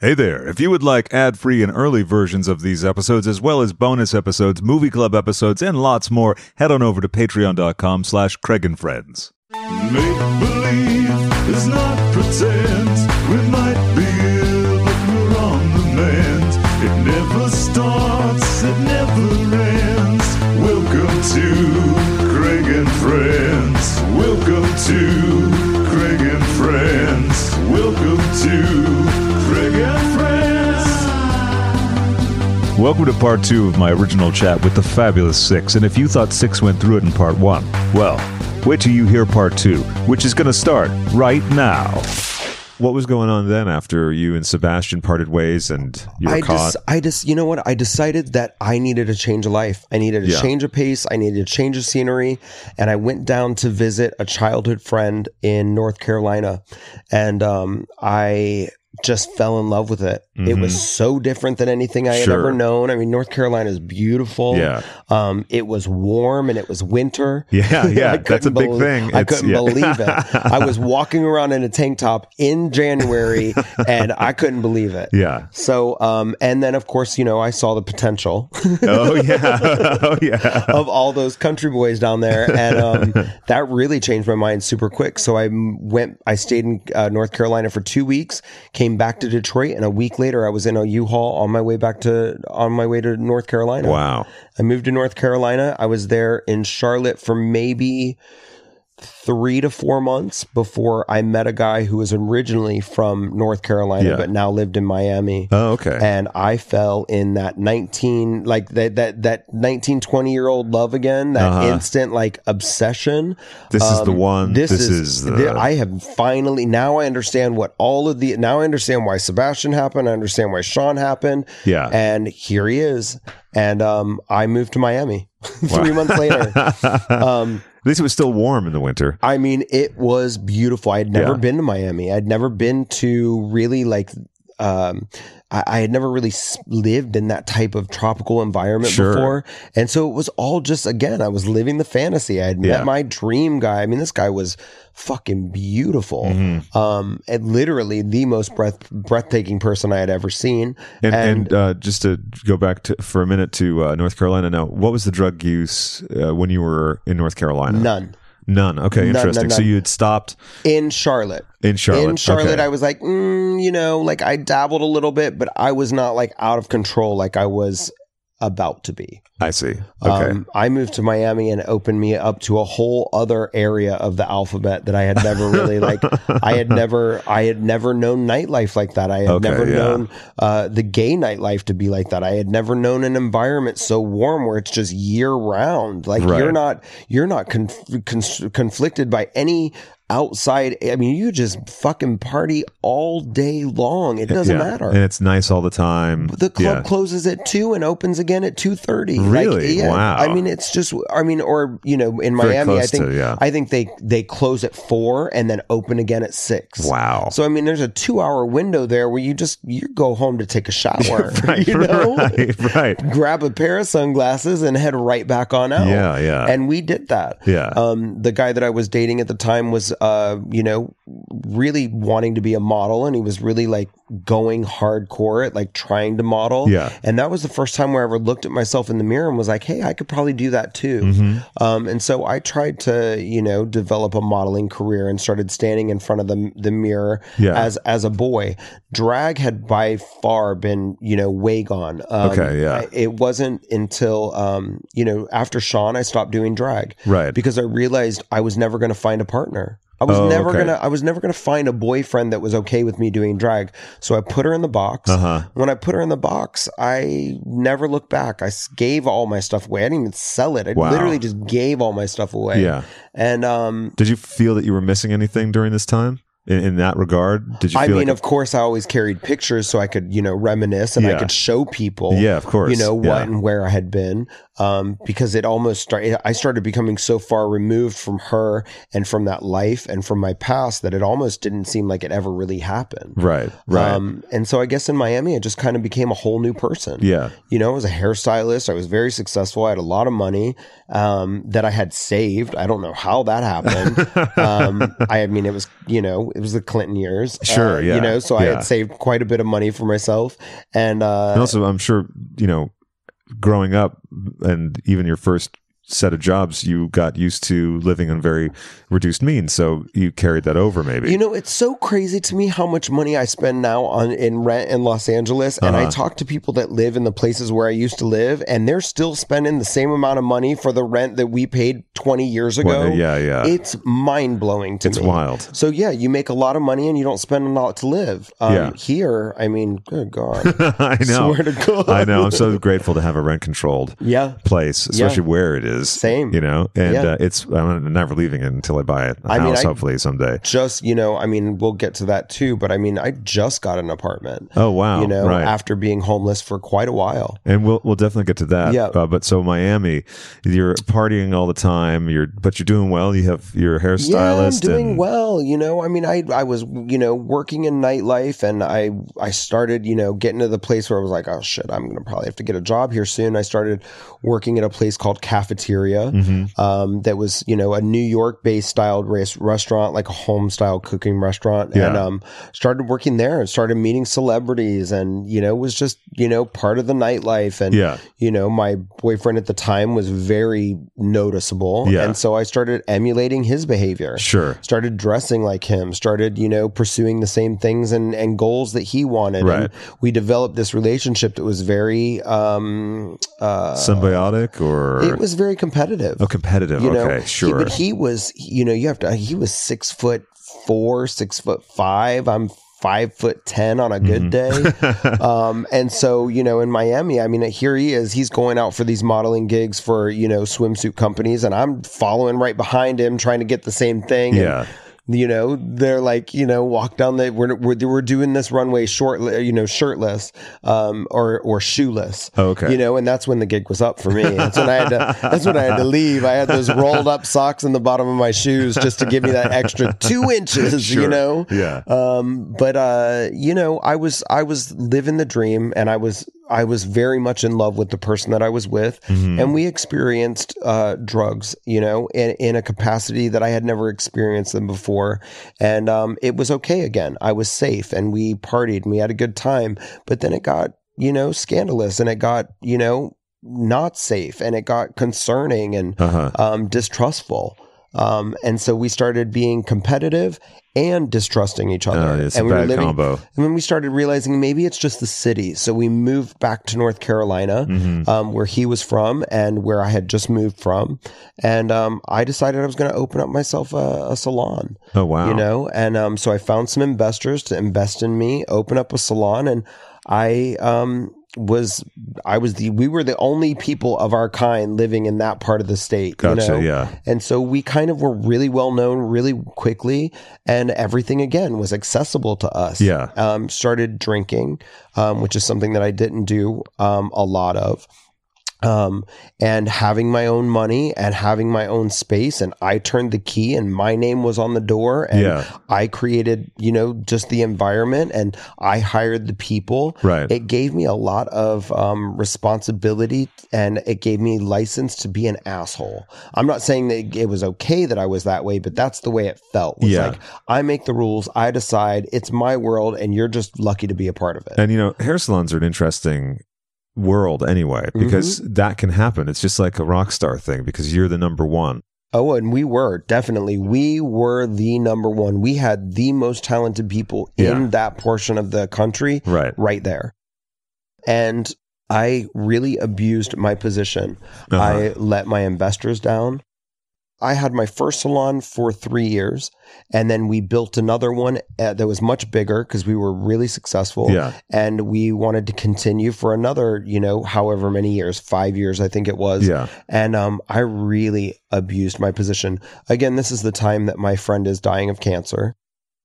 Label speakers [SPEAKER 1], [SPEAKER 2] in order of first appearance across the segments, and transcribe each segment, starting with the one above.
[SPEAKER 1] Hey there. If you would like ad free and early versions of these episodes, as well as bonus episodes, movie club episodes, and lots more, head on over to patreon.com slash Craig and Friends.
[SPEAKER 2] Make believe is not pretend. We might be ill, but we're on the mend. It never starts, it never ends. Welcome to Craig and Friends. Welcome to Craig and Friends. Welcome to Craig and Friends.
[SPEAKER 1] Welcome to part two of my original chat with the fabulous Six. And if you thought Six went through it in part one, well, wait till you hear part two, which is going to start right now. What was going on then after you and Sebastian parted ways and you were
[SPEAKER 3] I
[SPEAKER 1] caught?
[SPEAKER 3] just, I just, you know what? I decided that I needed a change of life. I needed a
[SPEAKER 1] Yeah.
[SPEAKER 3] change of pace. I needed a change of scenery. And I went down to visit a childhood friend in North Carolina. And um, I just fell in love with it. It was so different than anything I had
[SPEAKER 1] Mm-hmm. Sure.
[SPEAKER 3] ever known. I mean, North Carolina is beautiful.
[SPEAKER 1] Yeah.
[SPEAKER 3] Um, it was warm and it was winter.
[SPEAKER 1] Yeah,
[SPEAKER 3] I
[SPEAKER 1] yeah, that's a
[SPEAKER 3] couldn't
[SPEAKER 1] big
[SPEAKER 3] belie-
[SPEAKER 1] thing.
[SPEAKER 3] I
[SPEAKER 1] It's-
[SPEAKER 3] couldn't
[SPEAKER 1] yeah.
[SPEAKER 3] believe it. I was walking around in a tank top in January and I couldn't believe it.
[SPEAKER 1] yeah.
[SPEAKER 3] So, um, and then of course, you know, I saw the potential
[SPEAKER 1] Oh, yeah. oh, yeah.
[SPEAKER 3] of all those country boys down there, and um, that really changed my mind super quick. So I m- went, I stayed in uh, North Carolina for two weeks, came back to Detroit, and a week later, I was in a U-Haul on my way back to on my way to North Carolina.
[SPEAKER 1] Wow.
[SPEAKER 3] I moved to North Carolina. I was there in Charlotte for maybe three to four months before I met a guy who was originally from North Carolina,
[SPEAKER 1] Yeah.
[SPEAKER 3] but now lived in Miami
[SPEAKER 1] Oh, okay.
[SPEAKER 3] and I fell in that 19 like that that that 19 20 year old love again that
[SPEAKER 1] Uh-huh.
[SPEAKER 3] instant like obsession
[SPEAKER 1] This is the one. This is uh, the-
[SPEAKER 3] I have finally now I understand what all of the now I understand why Sebastian happened I understand why Sean happened
[SPEAKER 1] Yeah.
[SPEAKER 3] and here he is and um I moved to Miami 3 months later um
[SPEAKER 1] At least it was still warm in the winter.
[SPEAKER 3] I mean, it was beautiful. I had never
[SPEAKER 1] Yeah.
[SPEAKER 3] been to Miami. I'd never been to really like. Um, I, I had never really s- lived in that type of tropical environment
[SPEAKER 1] Sure.
[SPEAKER 3] before, and so it was all just again. I was living the fantasy. I had
[SPEAKER 1] Yeah.
[SPEAKER 3] met my dream guy. I mean, this guy was fucking beautiful,
[SPEAKER 1] Mm-hmm.
[SPEAKER 3] um, and literally the most breath breathtaking person I had ever seen.
[SPEAKER 1] And, and, uh, just to go back to, for a minute to uh, North Carolina now, what was the drug use uh, when you were in North Carolina?
[SPEAKER 3] none
[SPEAKER 1] None. Okay,
[SPEAKER 3] None, none,
[SPEAKER 1] interesting. So
[SPEAKER 3] none.
[SPEAKER 1] you had stopped
[SPEAKER 3] in Charlotte.
[SPEAKER 1] in Charlotte.
[SPEAKER 3] In Charlotte,
[SPEAKER 1] Okay.
[SPEAKER 3] I was like, mm, you know, like I dabbled a little bit, but I was not like out of control like I was about to be.
[SPEAKER 1] I see. Okay.
[SPEAKER 3] Um, I moved to Miami and opened me up to a whole other area of the alphabet that I had never really like. I had never, I had never known nightlife like that. I had
[SPEAKER 1] Okay,
[SPEAKER 3] never
[SPEAKER 1] yeah.
[SPEAKER 3] known uh, the gay nightlife to be like that. I had never known an environment so warm where it's just year round. Like
[SPEAKER 1] Right.
[SPEAKER 3] you're not, you're not conf- cons- conflicted by any outside. I mean, you just fucking party all day long. It doesn't
[SPEAKER 1] Yeah.
[SPEAKER 3] matter
[SPEAKER 1] And it's nice all the time.
[SPEAKER 3] the club
[SPEAKER 1] Yeah.
[SPEAKER 3] closes at two and opens again at two thirty.
[SPEAKER 1] Really? Wow.
[SPEAKER 3] I mean, it's just. I mean, or you know, in
[SPEAKER 1] Very
[SPEAKER 3] Miami, I
[SPEAKER 1] close
[SPEAKER 3] think
[SPEAKER 1] to, yeah.
[SPEAKER 3] I think they they close at four and then open again at six.
[SPEAKER 1] Wow.
[SPEAKER 3] So I mean, there's a two hour window there where you just you go home to take a shower,
[SPEAKER 1] right,
[SPEAKER 3] you know,
[SPEAKER 1] right, right.
[SPEAKER 3] grab a pair of sunglasses and head right back on out.
[SPEAKER 1] Yeah, yeah.
[SPEAKER 3] And we did that.
[SPEAKER 1] Yeah.
[SPEAKER 3] Um, the guy that I was dating at the time was, uh, you know, really wanting to be a model, and he was really like going hardcore at like trying to model.
[SPEAKER 1] Yeah.
[SPEAKER 3] And that was the first time where I ever looked at myself in the mirror and was like, hey, I could probably do that too.
[SPEAKER 1] Mm-hmm.
[SPEAKER 3] Um, and so I tried to, you know, develop a modeling career and started standing in front of the the mirror
[SPEAKER 1] Yeah.
[SPEAKER 3] as as a boy. Drag had by far been, you know, way gone. Um,
[SPEAKER 1] Okay, yeah.
[SPEAKER 3] I- it wasn't until um, you know, after Sean I stopped doing drag.
[SPEAKER 1] Right.
[SPEAKER 3] Because I realized I was never gonna find a partner. I was
[SPEAKER 1] Oh,
[SPEAKER 3] never
[SPEAKER 1] okay.
[SPEAKER 3] gonna I was never gonna find a boyfriend that was okay with me doing drag. So I put her in the box.
[SPEAKER 1] Uh-huh.
[SPEAKER 3] When I put her in the box, I never looked back. I s- gave all my stuff away. I didn't even sell it. I
[SPEAKER 1] Wow.
[SPEAKER 3] literally just gave all my stuff away.
[SPEAKER 1] Yeah.
[SPEAKER 3] And um
[SPEAKER 1] Did you feel that you were missing anything during this time in, in that regard? Did you feel
[SPEAKER 3] I mean,
[SPEAKER 1] like
[SPEAKER 3] of course, I always carried pictures so I could, you know, reminisce and
[SPEAKER 1] Yeah.
[SPEAKER 3] I could show people,
[SPEAKER 1] Yeah, of course.
[SPEAKER 3] you know, what
[SPEAKER 1] Yeah.
[SPEAKER 3] and where I had been. Um, because it almost started, I started becoming so far removed from her and from that life and from my past that it almost didn't seem like it ever really happened.
[SPEAKER 1] right, Mm. right.
[SPEAKER 3] Um, and so I guess in Miami, I just kind of became a whole new person.
[SPEAKER 1] yeah.
[SPEAKER 3] You know, I was a hairstylist. I was very successful. I had a lot of money um, that I had saved. I don't know how that happened. um, I mean, it was you know, it was the Clinton years.
[SPEAKER 1] Sure,
[SPEAKER 3] uh,
[SPEAKER 1] yeah,
[SPEAKER 3] You know, so I
[SPEAKER 1] yeah.
[SPEAKER 3] had saved quite a bit of money for myself, and uh,
[SPEAKER 1] and also, I'm sure you know, growing up, and even your first set of jobs, you got used to living on very reduced means, so you carried that over. Maybe
[SPEAKER 3] You know, it's so crazy to me how much money I spend now on in rent in Los Angeles, and I
[SPEAKER 1] Uh-huh.
[SPEAKER 3] talk to people that live in the places where I used to live, and they're still spending the same amount of money for the rent that we paid 20 years ago.
[SPEAKER 1] Well, yeah, yeah,
[SPEAKER 3] It's mind blowing to
[SPEAKER 1] it's
[SPEAKER 3] me.
[SPEAKER 1] wild.
[SPEAKER 3] So yeah, you make a lot of money and you don't spend a lot to live. Um,
[SPEAKER 1] Yeah.
[SPEAKER 3] Here, I mean, good God,
[SPEAKER 1] I know.
[SPEAKER 3] swear to God,
[SPEAKER 1] I know. I'm so grateful to have a rent controlled
[SPEAKER 3] yeah,
[SPEAKER 1] place, especially where it is.
[SPEAKER 3] Same.
[SPEAKER 1] You know, and
[SPEAKER 3] Yeah.
[SPEAKER 1] uh, it's I'm never leaving it until I buy it. A
[SPEAKER 3] I
[SPEAKER 1] house,
[SPEAKER 3] mean, I-
[SPEAKER 1] hopefully someday.
[SPEAKER 3] just you know, I mean, we'll get to that too, but I mean, I just got an apartment.
[SPEAKER 1] Oh wow!
[SPEAKER 3] you know,
[SPEAKER 1] right.
[SPEAKER 3] after being homeless for quite a while.
[SPEAKER 1] and we'll we'll definitely get to that.
[SPEAKER 3] Yeah.
[SPEAKER 1] Uh, but so Miami, you're partying all the time. You're but you're doing well. You have your hairstylist.
[SPEAKER 3] Yeah, I'm doing
[SPEAKER 1] and,
[SPEAKER 3] well. You know, I mean, I I was you know working in nightlife, and I I started you know getting to the place where I was like, oh shit, I'm gonna probably have to get a job here soon. I started working at a place called Cafeteria,
[SPEAKER 1] Mm-hmm. Mm.
[SPEAKER 3] um, that was you know a New York based styled res- restaurant, like a home style cooking restaurant, and
[SPEAKER 1] Yeah.
[SPEAKER 3] um, started working there and started meeting celebrities, and you know was just you know part of the nightlife, and
[SPEAKER 1] Yeah.
[SPEAKER 3] you know, my boyfriend at the time was very noticeable.
[SPEAKER 1] Yeah.
[SPEAKER 3] And so I started emulating his behavior,
[SPEAKER 1] Sure.
[SPEAKER 3] started dressing like him, started, you know, pursuing the same things and, and goals that he wanted.
[SPEAKER 1] Right.
[SPEAKER 3] And we developed this relationship that was very, um, uh,
[SPEAKER 1] Symbiotic or
[SPEAKER 3] it was very competitive.
[SPEAKER 1] oh competitive.
[SPEAKER 3] You know,
[SPEAKER 1] okay.
[SPEAKER 3] He-
[SPEAKER 1] Sure.
[SPEAKER 3] but he was, you know, you have to, he was six foot four, six foot five. I'm five foot 10 on a good day.
[SPEAKER 1] Mm-hmm.
[SPEAKER 3] Um, and so, you know, in Miami, I mean, here he is. He's going out for these modeling gigs for, you know, swimsuit companies, and I'm following right behind him trying to get the same thing. And,
[SPEAKER 1] yeah.
[SPEAKER 3] you know, they're like, you know, walk down the, we're, we're, we're doing this runway short, you know, shirtless um, or, or shoeless.
[SPEAKER 1] Oh, Okay.
[SPEAKER 3] You know, and that's when the gig was up for me. That's when I had to, that's when I had to leave. I had those rolled up socks in the bottom of my shoes just to give me that extra two inches, you
[SPEAKER 1] Sure.
[SPEAKER 3] know?
[SPEAKER 1] Yeah.
[SPEAKER 3] Um, but uh, you know, I was I was living the dream, and I was I was very much in love with the person that I was with,
[SPEAKER 1] Mm-hmm. Mm.
[SPEAKER 3] and we experienced uh, drugs, you know, in, in a capacity that I had never experienced them before, and um, it was okay again. I was safe, and we partied, and we had a good time. But then it got you know scandalous, and it got you know not safe, and it got concerning, and
[SPEAKER 1] Uh huh.
[SPEAKER 3] um, distrustful. Um, and so we started being competitive and distrusting each other.
[SPEAKER 1] Uh, it's
[SPEAKER 3] and
[SPEAKER 1] a bad
[SPEAKER 3] living,
[SPEAKER 1] combo.
[SPEAKER 3] And then we started realizing maybe it's just the city. So we moved back to North Carolina,
[SPEAKER 1] Mm-hmm.
[SPEAKER 3] um, where he was from and where I had just moved from. And um, I decided I was going to open up myself a, a salon
[SPEAKER 1] Oh wow.
[SPEAKER 3] you know and um, so i found some investors to invest in me open up a salon and i um, was i was the we were the only people of our kind living in that part of the state
[SPEAKER 1] Gotcha.
[SPEAKER 3] you know?
[SPEAKER 1] Yeah.
[SPEAKER 3] and so we kind of were really well known really quickly and everything again was accessible to us
[SPEAKER 1] Yeah.
[SPEAKER 3] um, started drinking um, which is something that i didn't do um, a lot of um, and having my own money and having my own space. And I turned the key and my name was on the door. And
[SPEAKER 1] Yeah.
[SPEAKER 3] I created, you know, just the environment and I hired the people.
[SPEAKER 1] Right.
[SPEAKER 3] It gave me a lot of um, responsibility and it gave me license to be an asshole. I'm not saying that it was okay that I was that way, but that's the way it felt. Was
[SPEAKER 1] Yeah.
[SPEAKER 3] like, I make the rules, I decide, it's my world, and you're just lucky to be a part of it.
[SPEAKER 1] And you know, hair salons are an interesting world anyway because
[SPEAKER 3] Mm-hmm.
[SPEAKER 1] that can happen. It's just like a rock star thing because you're the number one.
[SPEAKER 3] Oh, and we were definitely we were the number one. We had the most talented people
[SPEAKER 1] Yeah.
[SPEAKER 3] in that portion of the country
[SPEAKER 1] Right.
[SPEAKER 3] right there. And I really abused my position.
[SPEAKER 1] Uh-huh.
[SPEAKER 3] I let my investors down. I had my first salon for three years, and then we built another one uh, that was much bigger because we were really successful
[SPEAKER 1] yeah.
[SPEAKER 3] and we wanted to continue for another, you know, however many years, five years, I think it was.
[SPEAKER 1] Yeah.
[SPEAKER 3] And um, I really abused my position. Again, this is the time that my friend is dying of cancer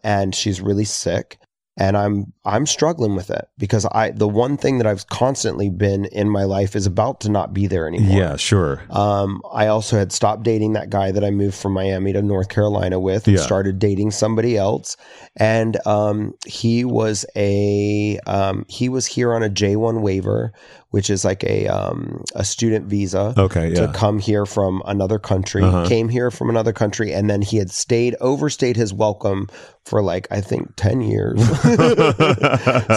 [SPEAKER 3] and she's really sick. And I'm I'm struggling with it because I the one thing that I've constantly been in my life is about to not be there anymore.
[SPEAKER 1] Yeah, sure.
[SPEAKER 3] Um, I also had stopped dating that guy that I moved from Miami to North Carolina with and
[SPEAKER 1] Yeah.
[SPEAKER 3] started dating somebody else. And um, he was a um, he was here on a J one waiver, which is like a um, a student visa
[SPEAKER 1] Okay,
[SPEAKER 3] to
[SPEAKER 1] Oh, yeah.
[SPEAKER 3] come here from another country.
[SPEAKER 1] Uh-huh.
[SPEAKER 3] Came here from another country, and then he had stayed overstayed his welcome for like I think ten years.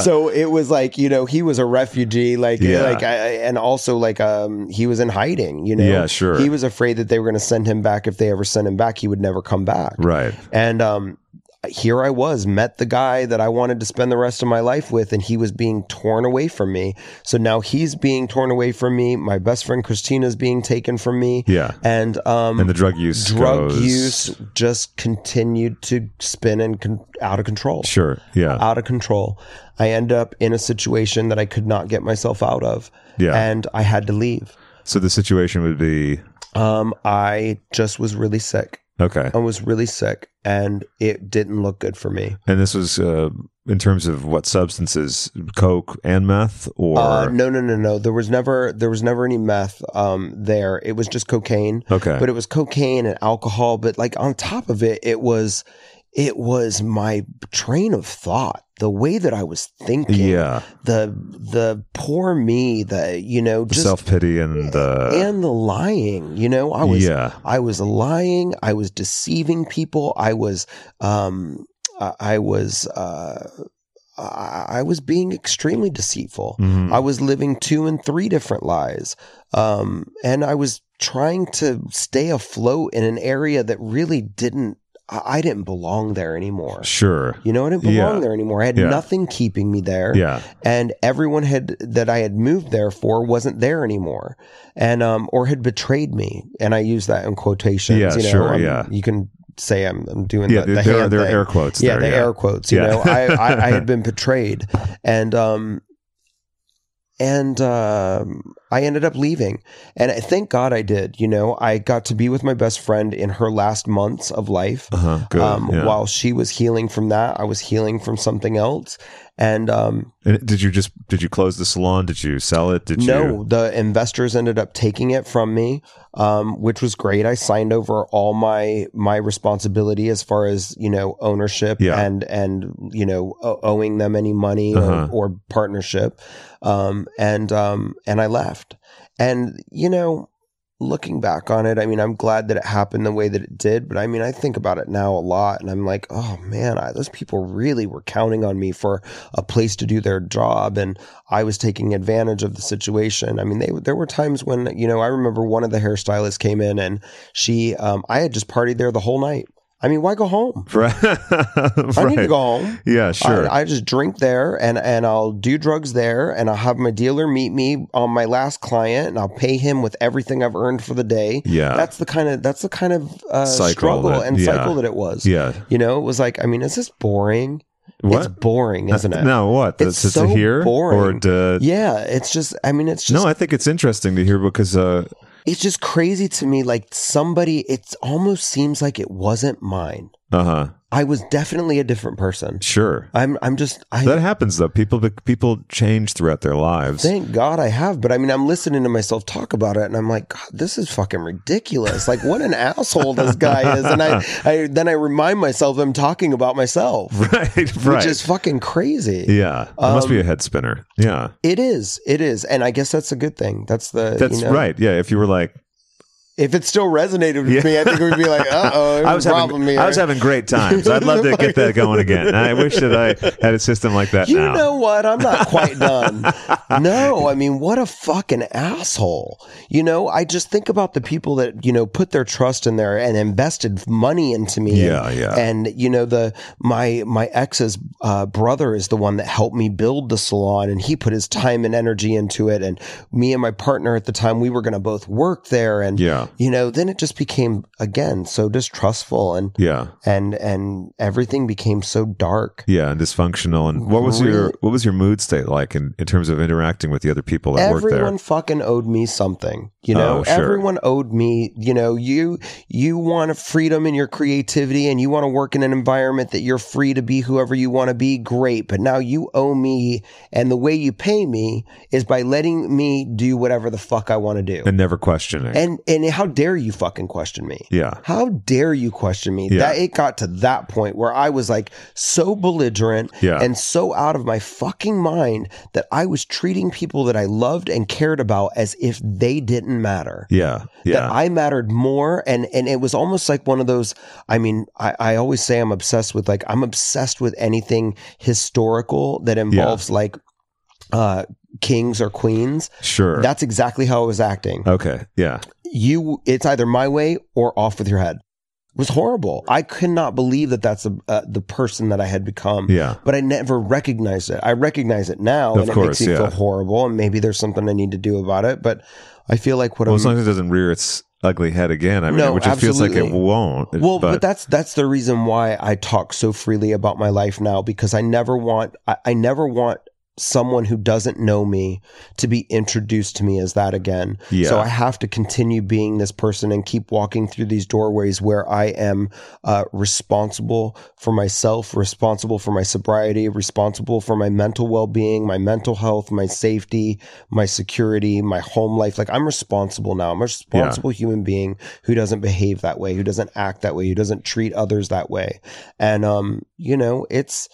[SPEAKER 3] so it was like you know he was a refugee like
[SPEAKER 1] Yeah.
[SPEAKER 3] like I, I- and also like um he was in hiding you know
[SPEAKER 1] Yeah, sure.
[SPEAKER 3] he was afraid that they were going to send him back if they ever sent him back he would never come back
[SPEAKER 1] right.
[SPEAKER 3] and um here I was met the guy that I wanted to spend the rest of my life with and he was being torn away from me so now he's being torn away from me my best friend Christina's being taken from me
[SPEAKER 1] Yeah.
[SPEAKER 3] and um
[SPEAKER 1] And the drug use.
[SPEAKER 3] drug
[SPEAKER 1] goes-
[SPEAKER 3] use just continued to spin and con- out of control
[SPEAKER 1] Sure. Yeah.
[SPEAKER 3] out of control. I end up in a situation that I could not get myself out of.
[SPEAKER 1] Yeah.
[SPEAKER 3] And I had to leave.
[SPEAKER 1] so the situation would be
[SPEAKER 3] Um, I just was really sick.
[SPEAKER 1] okay.
[SPEAKER 3] I was really sick and it didn't look good for me.
[SPEAKER 1] And this was uh, in terms of what substances, coke and meth, or
[SPEAKER 3] Uh, no, no, no, no. There was never there was never any meth um there. It was just cocaine.
[SPEAKER 1] okay,
[SPEAKER 3] But it was cocaine and alcohol, but like on top of it, it was it was my train of thought, the way that I was thinking.
[SPEAKER 1] yeah,
[SPEAKER 3] The the poor me, the you know, just
[SPEAKER 1] self pity and the
[SPEAKER 3] and the lying you know i was
[SPEAKER 1] Uh, yeah,
[SPEAKER 3] i was lying i was deceiving people i was um i I was uh i I was being extremely deceitful
[SPEAKER 1] Mhm.
[SPEAKER 3] i was living two and three different lies um and i was trying to stay afloat in an area that really didn't i I didn't belong there anymore
[SPEAKER 1] sure,
[SPEAKER 3] you know i didn't
[SPEAKER 1] Yeah.
[SPEAKER 3] belong there anymore i had
[SPEAKER 1] Yeah.
[SPEAKER 3] nothing keeping me there
[SPEAKER 1] yeah,
[SPEAKER 3] and everyone had that I had moved there for wasn't there anymore, and um, or had betrayed me. And I use that in quotations.
[SPEAKER 1] Yeah,
[SPEAKER 3] you know,
[SPEAKER 1] sure,
[SPEAKER 3] I'm-
[SPEAKER 1] yeah.
[SPEAKER 3] You can say I'm, I'm doing
[SPEAKER 1] yeah.
[SPEAKER 3] the, the
[SPEAKER 1] there, are,
[SPEAKER 3] hand
[SPEAKER 1] there are
[SPEAKER 3] thing.
[SPEAKER 1] air quotes.
[SPEAKER 3] yeah,
[SPEAKER 1] there,
[SPEAKER 3] the air quotes. You
[SPEAKER 1] Yeah.
[SPEAKER 3] know, I, I I had been betrayed, and um, and um, I ended up leaving. And I- thank God I did. You know, I got to be with my best friend in her last months of life
[SPEAKER 1] Uh-huh, good.
[SPEAKER 3] um,
[SPEAKER 1] yeah.
[SPEAKER 3] while she was healing from that, I was healing from something else. And um,
[SPEAKER 1] And did you just did you close the salon? Did you sell it? Did
[SPEAKER 3] no,
[SPEAKER 1] you?
[SPEAKER 3] the investors ended up taking it from me, um, which was great. I signed over all my my responsibility as far as you know ownership
[SPEAKER 1] Yeah.
[SPEAKER 3] and and you know o- owing them any money
[SPEAKER 1] Uh-huh.
[SPEAKER 3] or, or partnership, um, and um, and I left. And you know, looking back on it, I mean, I'm glad that it happened the way that it did. But I mean, I think about it now a lot, and I'm like, oh man, I, those people really were counting on me for a place to do their job, and I was taking advantage of the situation. I mean, they there were times when you know I remember one of the hairstylists came in, and she, um, I had just partied there the whole night. I mean, why go home?
[SPEAKER 1] Right.
[SPEAKER 3] I need to
[SPEAKER 1] Right.
[SPEAKER 3] go home.
[SPEAKER 1] Yeah, sure.
[SPEAKER 3] I, I just drink there and, and I'll do drugs there and I'll have my dealer meet me on my last client and I'll pay him with everything I've earned for the day.
[SPEAKER 1] Yeah.
[SPEAKER 3] That's the kind of that's the kind of uh,
[SPEAKER 1] Cycle
[SPEAKER 3] struggle
[SPEAKER 1] that-
[SPEAKER 3] and
[SPEAKER 1] yeah.
[SPEAKER 3] cycle that it was.
[SPEAKER 1] yeah.
[SPEAKER 3] You know, it was like, I mean, is this boring? It's
[SPEAKER 1] What? Uh,
[SPEAKER 3] boring, isn't it?
[SPEAKER 1] No, what?
[SPEAKER 3] It's
[SPEAKER 1] to,
[SPEAKER 3] so
[SPEAKER 1] to hear or
[SPEAKER 3] boring.
[SPEAKER 1] to,
[SPEAKER 3] Yeah, it's just I mean it's just
[SPEAKER 1] no? I think it's interesting to hear because uh,
[SPEAKER 3] it's just crazy to me like somebody it almost seems like it wasn't mine.
[SPEAKER 1] uh huh.
[SPEAKER 3] I was definitely a different person.
[SPEAKER 1] Sure.
[SPEAKER 3] I'm I'm just I
[SPEAKER 1] that happens though. People people change throughout their lives.
[SPEAKER 3] Thank God I have, but I mean, I'm listening to myself talk about it, and I'm like, God, this is fucking ridiculous. Like, what an asshole this guy is. And I, I then I remind myself I'm talking about myself,
[SPEAKER 1] right.
[SPEAKER 3] which
[SPEAKER 1] Right.
[SPEAKER 3] is Um, fucking crazy.
[SPEAKER 1] yeah. It must be a head spinner. Yeah.
[SPEAKER 3] It is, it is, and I guess that's a good thing. That's the
[SPEAKER 1] That's
[SPEAKER 3] uh, you know,
[SPEAKER 1] right. Yeah. If you were like,
[SPEAKER 3] If it still resonated with
[SPEAKER 1] Yeah.
[SPEAKER 3] me, I think we'd be like, uh oh,
[SPEAKER 1] I was
[SPEAKER 3] problem
[SPEAKER 1] having,
[SPEAKER 3] here.
[SPEAKER 1] I was having great times. I'd love to get that going again. I wish that I had a system like that
[SPEAKER 3] you
[SPEAKER 1] now.
[SPEAKER 3] know what? I'm not quite done. no, I mean, what a fucking asshole. You know, I just think about the people that, you know, put their trust in there and invested money into me.
[SPEAKER 1] Yeah,
[SPEAKER 3] and,
[SPEAKER 1] yeah.
[SPEAKER 3] And, you know, the, my, my ex's uh, brother is the one that helped me build the salon and he put his time and energy into it. And me and my partner at the time, we were going to both work there. And,
[SPEAKER 1] Yeah. Yeah.
[SPEAKER 3] you know, then it just became again so distrustful and
[SPEAKER 1] Yeah.
[SPEAKER 3] and and everything became so dark.
[SPEAKER 1] Yeah, and dysfunctional. And what was your
[SPEAKER 3] Really-
[SPEAKER 1] what was your mood state like in, in terms of interacting with the other people that worked
[SPEAKER 3] Everyone
[SPEAKER 1] there?
[SPEAKER 3] fucking owed me something, you know.
[SPEAKER 1] Oh, sure.
[SPEAKER 3] Everyone owed me, you know. You you want freedom in your creativity, and you want to work in an environment that you're free to be whoever you want to be. Great, but now you owe me, and the way you pay me is by letting me do whatever the fuck I want to do.
[SPEAKER 1] And never questioning.
[SPEAKER 3] And and how dare you fucking question me?
[SPEAKER 1] yeah.
[SPEAKER 3] How dare you question me?
[SPEAKER 1] Yeah.
[SPEAKER 3] That it got to that point where I was like so belligerent
[SPEAKER 1] Yeah.
[SPEAKER 3] and so out of my fucking mind that I was treating people that I loved and cared about as if they didn't matter.
[SPEAKER 1] Yeah.
[SPEAKER 3] That
[SPEAKER 1] Yeah.
[SPEAKER 3] I mattered more and and it was almost like one of those I mean, I, I always say I'm obsessed with like I'm obsessed with anything historical that involves like uh kings or queens.
[SPEAKER 1] sure. Uh.
[SPEAKER 3] That's exactly how I was acting
[SPEAKER 1] okay. Yeah.
[SPEAKER 3] you it's either my way or off with your head it was horrible i could not believe that that's a, uh, the person that i had become
[SPEAKER 1] Yeah.
[SPEAKER 3] but i never recognized it i recognize it now
[SPEAKER 1] Of
[SPEAKER 3] and it
[SPEAKER 1] course,
[SPEAKER 3] makes me
[SPEAKER 1] yeah.
[SPEAKER 3] feel horrible and maybe there's something i need to do about it but i feel like what
[SPEAKER 1] Well,
[SPEAKER 3] i'm
[SPEAKER 1] as long as it doesn't rear its ugly head again, I mean,
[SPEAKER 3] No,
[SPEAKER 1] which it feels like it
[SPEAKER 3] absolutely.
[SPEAKER 1] won't.
[SPEAKER 3] well, but, that's that's the reason why I talk so freely about my life now because I never want I, I never want someone who doesn't know me to be introduced to me as that again.
[SPEAKER 1] Yeah.
[SPEAKER 3] So I have to continue being this person and keep walking through these doorways where I am uh, responsible for myself, responsible for my sobriety, responsible for my mental well being, my mental health, my safety, my security, my home life. Like I'm responsible now. I'm a responsible human being who doesn't behave that way, who doesn't act that way, who doesn't treat others that way. And um, you know, it's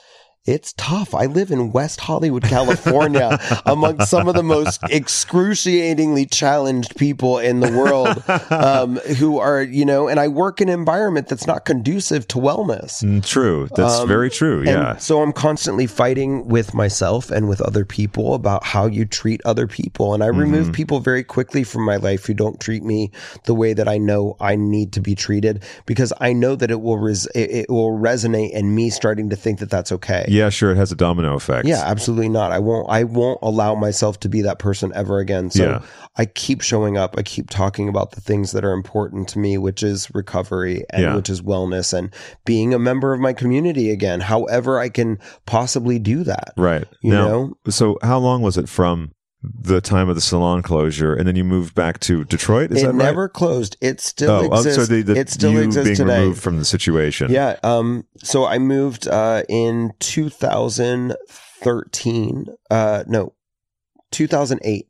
[SPEAKER 3] it's tough. I live in West Hollywood, California, among some of the most excruciatingly challenged people in the world um, who are, you know, and I work in an environment that's not conducive to wellness.
[SPEAKER 1] Mm, true. That's
[SPEAKER 3] Um,
[SPEAKER 1] very true. Yeah.
[SPEAKER 3] And so I'm constantly fighting with myself and with other people about how you treat other people. And I
[SPEAKER 1] Mm-hmm.
[SPEAKER 3] remove people very quickly from my life who don't treat me the way that I know I need to be treated because I know that it will res- it, it will resonate in me starting to think that that's okay.
[SPEAKER 1] yeah, sure. It has a domino effect.
[SPEAKER 3] Yeah, absolutely not. I won't I won't allow myself to be that person ever again. So
[SPEAKER 1] Yeah.
[SPEAKER 3] I keep showing up. I keep talking about the things that are important to me, which is recovery and
[SPEAKER 1] Yeah.
[SPEAKER 3] which is wellness and being a member of my community again, however I can possibly do that.
[SPEAKER 1] Right.
[SPEAKER 3] You
[SPEAKER 1] now,
[SPEAKER 3] know?
[SPEAKER 1] so how long was it from the time of the salon closure and then you moved back to Detroit? Is
[SPEAKER 3] it
[SPEAKER 1] that right?
[SPEAKER 3] never closed. It still
[SPEAKER 1] oh, oh,
[SPEAKER 3] exists.
[SPEAKER 1] so the, the,
[SPEAKER 3] it still
[SPEAKER 1] you
[SPEAKER 3] exists
[SPEAKER 1] being
[SPEAKER 3] today.
[SPEAKER 1] removed from the situation.
[SPEAKER 3] Yeah. Um. So I moved uh, in 2013. Uh. No, 2008.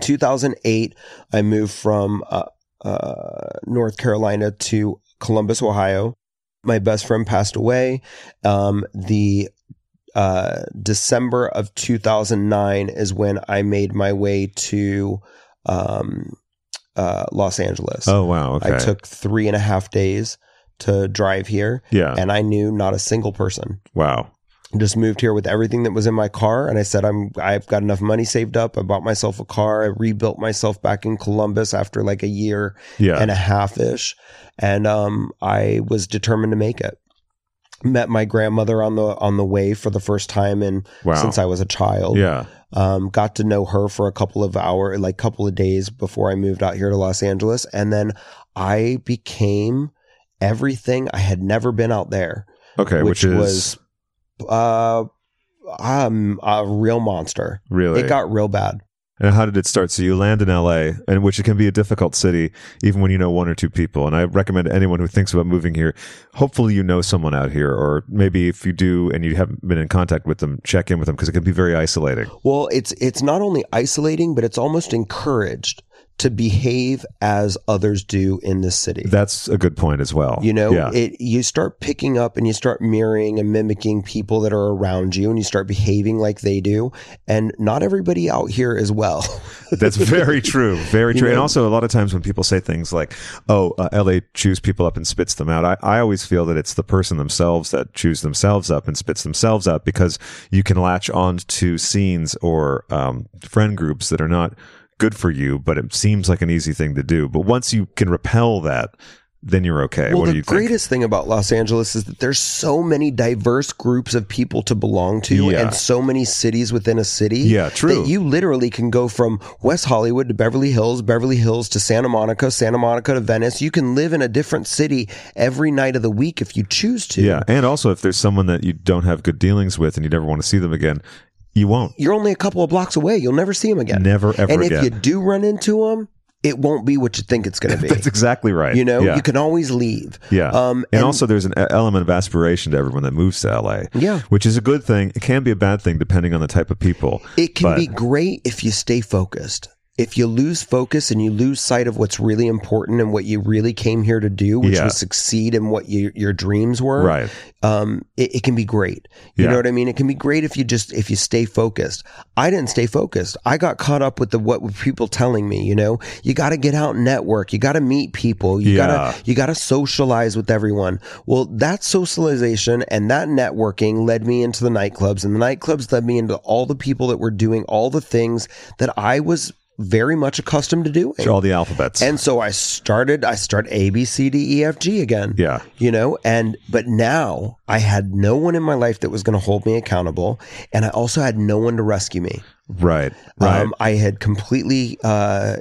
[SPEAKER 3] 2008. I moved from uh, uh, North Carolina to Columbus, Ohio. My best friend passed away. Um. The uh, December of 2009 is when I made my way to um, uh, Los Angeles.
[SPEAKER 1] Oh wow. Okay.
[SPEAKER 3] I took three and a half days to drive here,
[SPEAKER 1] yeah.
[SPEAKER 3] and I knew not a single person.
[SPEAKER 1] wow.
[SPEAKER 3] Just moved here with everything that was in my car, and I said, "I'm. I've got enough money saved up. I bought myself a car. I rebuilt myself back in Columbus after like a year
[SPEAKER 1] Yeah.
[SPEAKER 3] and a half ish, and um, I was determined to make it." Met my grandmother on the on the way for the first time in
[SPEAKER 1] wow.
[SPEAKER 3] since I was a child
[SPEAKER 1] yeah.
[SPEAKER 3] um, got to know her for a couple of hour like couple of days before i moved out here to los angeles and then i became everything i had never been out there
[SPEAKER 1] Okay. Which,
[SPEAKER 3] which
[SPEAKER 1] is
[SPEAKER 3] was- uh i'm a real monster
[SPEAKER 1] really
[SPEAKER 3] it got real bad
[SPEAKER 1] And how did it start? So you land in LA, and which it can be a difficult city, even when you know one or two people. And I recommend anyone who thinks about moving here. Hopefully, you know someone out here, or maybe if you do and you haven't been in contact with them, check in with them because it can be very isolating.
[SPEAKER 3] well it's it's not only isolating but it's almost encouraged to behave as others do in this city
[SPEAKER 1] That's a good point as well.
[SPEAKER 3] You know,
[SPEAKER 1] yeah,
[SPEAKER 3] it you start picking up and you start mirroring and mimicking people that are around you and you start behaving like they do. And not everybody out here is well.
[SPEAKER 1] that's very true, very true. and also, a lot of times when people say things like, "Oh, uh, LA chews people up and spits them out," I, I always feel that it's the person themselves that chews themselves up and spits themselves out because you can latch on to scenes or um, friend groups that are not good for you, but it seems like an easy thing to do. But once you can repel that, then you're okay.
[SPEAKER 3] Well,
[SPEAKER 1] what
[SPEAKER 3] the
[SPEAKER 1] do you think?
[SPEAKER 3] greatest thing about Los Angeles is that there's so many diverse groups of people to belong to,
[SPEAKER 1] Yeah.
[SPEAKER 3] and so many cities within a city.
[SPEAKER 1] Yeah, true.
[SPEAKER 3] That you literally can go from West Hollywood to Beverly Hills, Beverly Hills to Santa Monica, Santa Monica to Venice. You can live in a different city every night of the week if you choose to.
[SPEAKER 1] Yeah, and also if there's someone that you don't have good dealings with and you never want to see them again, you won't.
[SPEAKER 3] You're only a couple of blocks away. You'll never see them again.
[SPEAKER 1] Never, ever
[SPEAKER 3] And
[SPEAKER 1] again.
[SPEAKER 3] if you do run into them, it won't be what you think it's going to be.
[SPEAKER 1] That's exactly right.
[SPEAKER 3] You know,
[SPEAKER 1] yeah.
[SPEAKER 3] you can always leave.
[SPEAKER 1] yeah.
[SPEAKER 3] Um,
[SPEAKER 1] and, also, there's an e- element of aspiration to everyone that moves to LA.
[SPEAKER 3] Yeah.
[SPEAKER 1] which is a good thing. It can be a bad thing depending on the type of people.
[SPEAKER 3] It can
[SPEAKER 1] But-
[SPEAKER 3] be great if you stay focused. If you lose focus and you lose sight of what's really important and what you really came here to do, which
[SPEAKER 1] Yeah.
[SPEAKER 3] was succeed in what you, your dreams were,
[SPEAKER 1] Right.
[SPEAKER 3] um, it, it can be great. You
[SPEAKER 1] Yeah.
[SPEAKER 3] know what I mean? It can be great if you just if you stay focused. I didn't stay focused. I got caught up with the what were people telling me. You know, you got to get out and network. You got to meet people. You
[SPEAKER 1] Yeah.
[SPEAKER 3] gotta you gotta socialize with everyone. Well, that socialization and that networking led me into the nightclubs, and the nightclubs led me into all the people that were doing all the things that I was very much accustomed to doing.
[SPEAKER 1] All the alphabets.
[SPEAKER 3] And so I started, I start A, B, C, D, E, F, G again.
[SPEAKER 1] Yeah.
[SPEAKER 3] You know, and, but now I had no one in my life that was going to hold me accountable. And I also had no one to rescue me.
[SPEAKER 1] right. Right.
[SPEAKER 3] Um, I had completely, uh,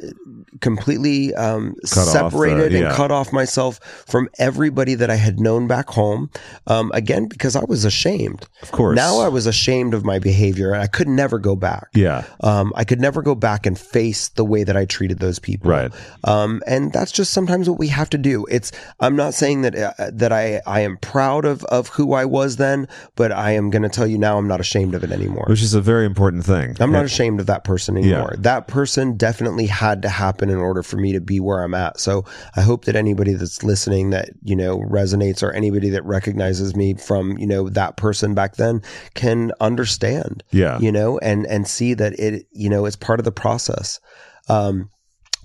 [SPEAKER 3] completely um,
[SPEAKER 1] Cut off the-
[SPEAKER 3] separated
[SPEAKER 1] yeah.
[SPEAKER 3] and cut off myself from everybody that I had known back home. Um, again, because I was ashamed.
[SPEAKER 1] of course.
[SPEAKER 3] Now I was ashamed of my behavior and I could never go back.
[SPEAKER 1] Yeah.
[SPEAKER 3] Um, I could never go back and face the way that I treated those people.
[SPEAKER 1] Right.
[SPEAKER 3] Um, and that's just sometimes what we have to do. It's I'm not saying that uh, that I I am proud of of who I was then, but I am going to tell you now I'm not ashamed of it anymore.
[SPEAKER 1] Which is a very important thing.
[SPEAKER 3] I'm not ashamed of that person anymore.
[SPEAKER 1] Yeah.
[SPEAKER 3] That person definitely had to happen in order for me to be where I'm at. So I hope that anybody that's listening that, you know, resonates or anybody that recognizes me from, you know, that person back then can understand.
[SPEAKER 1] Yeah.
[SPEAKER 3] You know, and and see that it, you know, it's part of the process. Um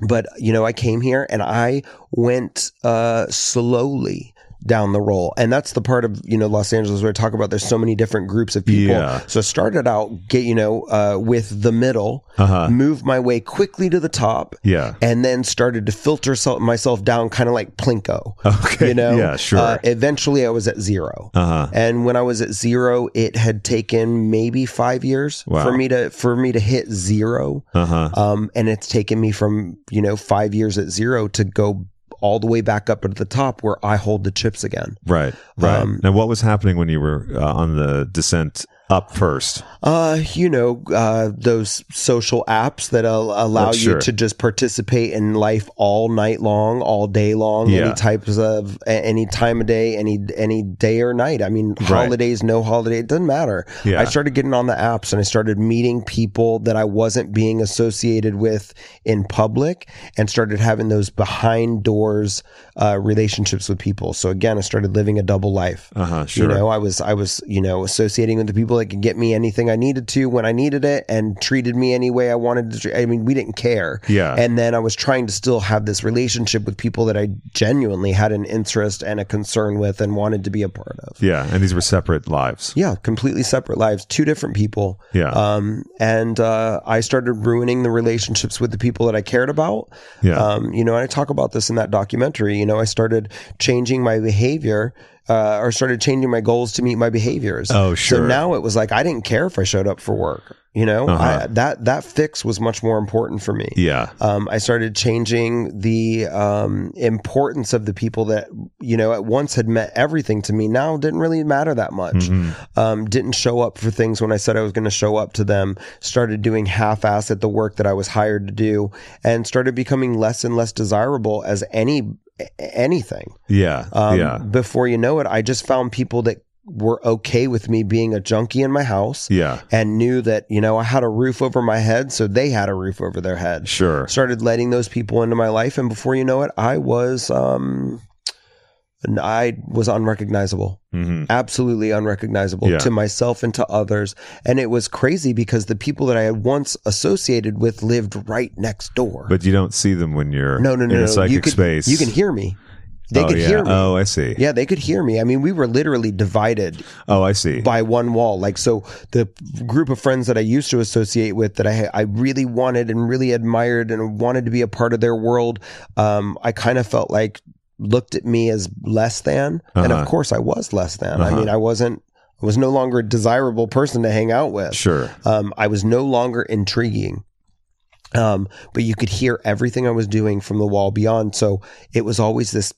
[SPEAKER 3] but you know, I came here and I went uh slowly down the roll. And that's the part of, you know, Los Angeles where I talk about there's so many different groups of people.
[SPEAKER 1] Yeah.
[SPEAKER 3] So I started out, get you know, uh, with the middle,
[SPEAKER 1] Uh-huh.
[SPEAKER 3] moved my way quickly to the top,
[SPEAKER 1] Yeah.
[SPEAKER 3] and then started to filter so- myself down, kind of like Plinko.
[SPEAKER 1] Okay.
[SPEAKER 3] You know,
[SPEAKER 1] Yeah, sure.
[SPEAKER 3] Uh, eventually, I was at 0
[SPEAKER 1] Uh-huh.
[SPEAKER 3] and when I was at zero, it had taken maybe five years
[SPEAKER 1] Wow.
[SPEAKER 3] for me to for me to hit zero.
[SPEAKER 1] Uh huh.
[SPEAKER 3] Um, and it's taken me from you know five years at zero to go all the way back up to the top where I hold the chips again.
[SPEAKER 1] Right. Right.
[SPEAKER 3] um,
[SPEAKER 1] now, what was happening when you were uh, on the descent up first?
[SPEAKER 3] Uh, you know, uh, those social apps that al- allow
[SPEAKER 1] Oh, sure.
[SPEAKER 3] you to just participate in life all night long, all day long,
[SPEAKER 1] Yeah.
[SPEAKER 3] any types of a- any time of day, any any day or night. I mean, holidays, no holiday, it doesn't matter.
[SPEAKER 1] Yeah.
[SPEAKER 3] I started getting on the apps and I started meeting people that I wasn't being associated with in public, and started having those behind doors uh, relationships with people. So again, I started living a double life.
[SPEAKER 1] Uh huh. Sure.
[SPEAKER 3] You know, I was I was you know associating with the people that could get me anything I needed to when I needed it and treated me any way I wanted to. Treat. I mean, we didn't care.
[SPEAKER 1] Yeah.
[SPEAKER 3] And then I was trying to still have this relationship with people that I genuinely had an interest and a concern with and wanted to be a part of.
[SPEAKER 1] yeah. And these were separate lives.
[SPEAKER 3] Yeah, completely separate lives, two different people.
[SPEAKER 1] Yeah.
[SPEAKER 3] Um, and uh, I started ruining the relationships with the people that I cared about.
[SPEAKER 1] Yeah.
[SPEAKER 3] Um, you know, and I talk about this in that documentary. You know, I started changing my behavior uh, or started changing my goals to meet my behaviors.
[SPEAKER 1] Oh, sure.
[SPEAKER 3] So now it was like I didn't care if I showed up for work. You know,
[SPEAKER 1] Uh-huh.
[SPEAKER 3] I, that that fix was much more important for me.
[SPEAKER 1] Yeah.
[SPEAKER 3] Um, I started changing the um, importance of the people that you know at once had meant everything to me. Now didn't really matter that much.
[SPEAKER 1] Mm-hmm.
[SPEAKER 3] Um, didn't show up for things when I said I was going to show up to them. Started doing half-ass at the work that I was hired to do, and started becoming less and less desirable as any anything.
[SPEAKER 1] Yeah.
[SPEAKER 3] Um,
[SPEAKER 1] yeah.
[SPEAKER 3] Before you know it, I just found people that were okay with me being a junkie in my house.
[SPEAKER 1] Yeah.
[SPEAKER 3] And knew that, you know, I had a roof over my head, so they had a roof over their head
[SPEAKER 1] Sure.
[SPEAKER 3] started letting those people into my life and before you know it i was um and i was unrecognizable
[SPEAKER 1] hmm
[SPEAKER 3] absolutely unrecognizable
[SPEAKER 1] Yeah.
[SPEAKER 3] to myself and to others and it was crazy because the people that i had once associated with lived right next door
[SPEAKER 1] But you don't see them when you're
[SPEAKER 3] no no no
[SPEAKER 1] in a
[SPEAKER 3] no
[SPEAKER 1] psychic
[SPEAKER 3] you could,
[SPEAKER 1] space.
[SPEAKER 3] you can hear me they
[SPEAKER 1] oh,
[SPEAKER 3] could
[SPEAKER 1] yeah.
[SPEAKER 3] hear me
[SPEAKER 1] Oh, I see.
[SPEAKER 3] yeah they could hear me i mean we were literally divided
[SPEAKER 1] Oh, I see.
[SPEAKER 3] by one wall. Like so, the group of friends that I used to associate with that I I really wanted and really admired and wanted to be a part of their world. Um, I kind of felt like looked at me as less than, and
[SPEAKER 1] Uh-huh.
[SPEAKER 3] of course I was less than. I
[SPEAKER 1] Uh-huh.
[SPEAKER 3] mean, I wasn't. I was no longer a desirable person to hang out with.
[SPEAKER 1] Sure.
[SPEAKER 3] Um, I was no longer intriguing. Um, but you could hear everything I was doing from the wall beyond. So it was always this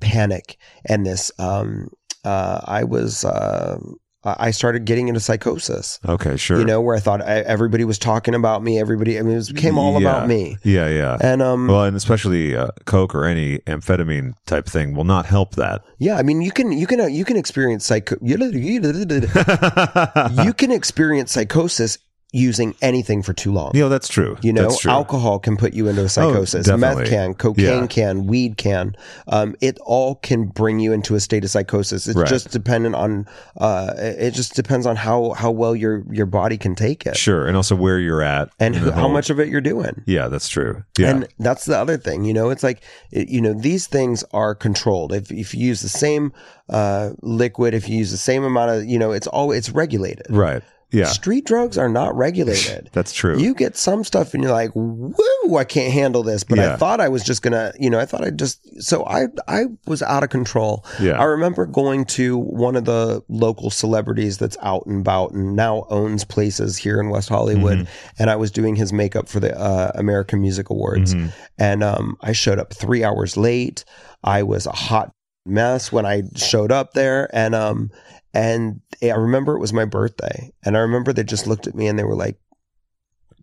[SPEAKER 3] panic and this. Um, uh, I was. Uh, I I started getting into psychosis.
[SPEAKER 1] Okay. Sure.
[SPEAKER 3] You know, where I thought I, everybody was talking about me. Everybody. I mean, it was- became all
[SPEAKER 1] Yeah.
[SPEAKER 3] about me.
[SPEAKER 1] Yeah. Yeah.
[SPEAKER 3] And um,
[SPEAKER 1] well, and especially uh, coke or any amphetamine type thing will not help that.
[SPEAKER 3] yeah, I mean, you can you can uh, you can experience psycho. You can experience psychosis using anything for too long.
[SPEAKER 1] you know, that's true.
[SPEAKER 3] You know,
[SPEAKER 1] that's true. Oh,
[SPEAKER 3] alcohol can put you into a psychosis.
[SPEAKER 1] definitely.
[SPEAKER 3] Meth can, cocaine
[SPEAKER 1] Yeah.
[SPEAKER 3] can, weed can. Um, it all can bring you into a state of psychosis. It's
[SPEAKER 1] Right.
[SPEAKER 3] just dependent on. Uh, it just depends on how how well your your body can take it
[SPEAKER 1] Sure. And also where you're at
[SPEAKER 3] and
[SPEAKER 1] in the
[SPEAKER 3] who, how
[SPEAKER 1] whole-
[SPEAKER 3] much of it you're doing.
[SPEAKER 1] Yeah, that's true. Yeah.
[SPEAKER 3] And that's the other thing, you know, it's like, it- you know, these things are controlled. If, if you use the same uh, liquid, if you use the same amount of, you know, it's all, it's regulated.
[SPEAKER 1] right. Yeah.
[SPEAKER 3] Street drugs are not regulated.
[SPEAKER 1] That's true.
[SPEAKER 3] You get some stuff and you're like, woo, I can't handle this. But
[SPEAKER 1] Yeah.
[SPEAKER 3] I thought I was just going to, you know, I thought I just, so I, I was out of control.
[SPEAKER 1] Yeah.
[SPEAKER 3] I remember going to one of the local celebrities that's out and about and now owns places here in West Hollywood.
[SPEAKER 1] Mm-hmm.
[SPEAKER 3] And I was doing his makeup for the uh, American Music Awards.
[SPEAKER 1] Mm-hmm.
[SPEAKER 3] And um, I showed up three hours late. I was a hot mess when I showed up there. And, um, and I remember it was my birthday. And I remember they just looked at me and they were like,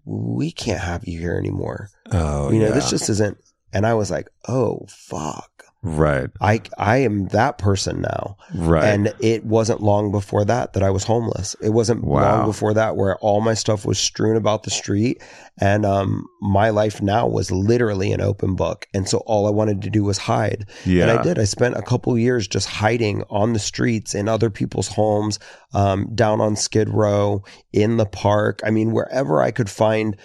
[SPEAKER 3] we can't have you here anymore.
[SPEAKER 1] oh,
[SPEAKER 3] you know,
[SPEAKER 1] yeah.
[SPEAKER 3] this just isn't. And I was like, oh, fuck.
[SPEAKER 1] right.
[SPEAKER 3] I, I am that person now.
[SPEAKER 1] Right.
[SPEAKER 3] And it wasn't long before that that I was homeless. It wasn't
[SPEAKER 1] Wow.
[SPEAKER 3] long before that where all my stuff was strewn about the street. And um, my life now was literally an open book. And so all I wanted to do was hide.
[SPEAKER 1] yeah.
[SPEAKER 3] And I did. I spent a couple years just hiding on the streets in other people's homes, um, down on Skid Row, in the park. I mean, wherever I could find.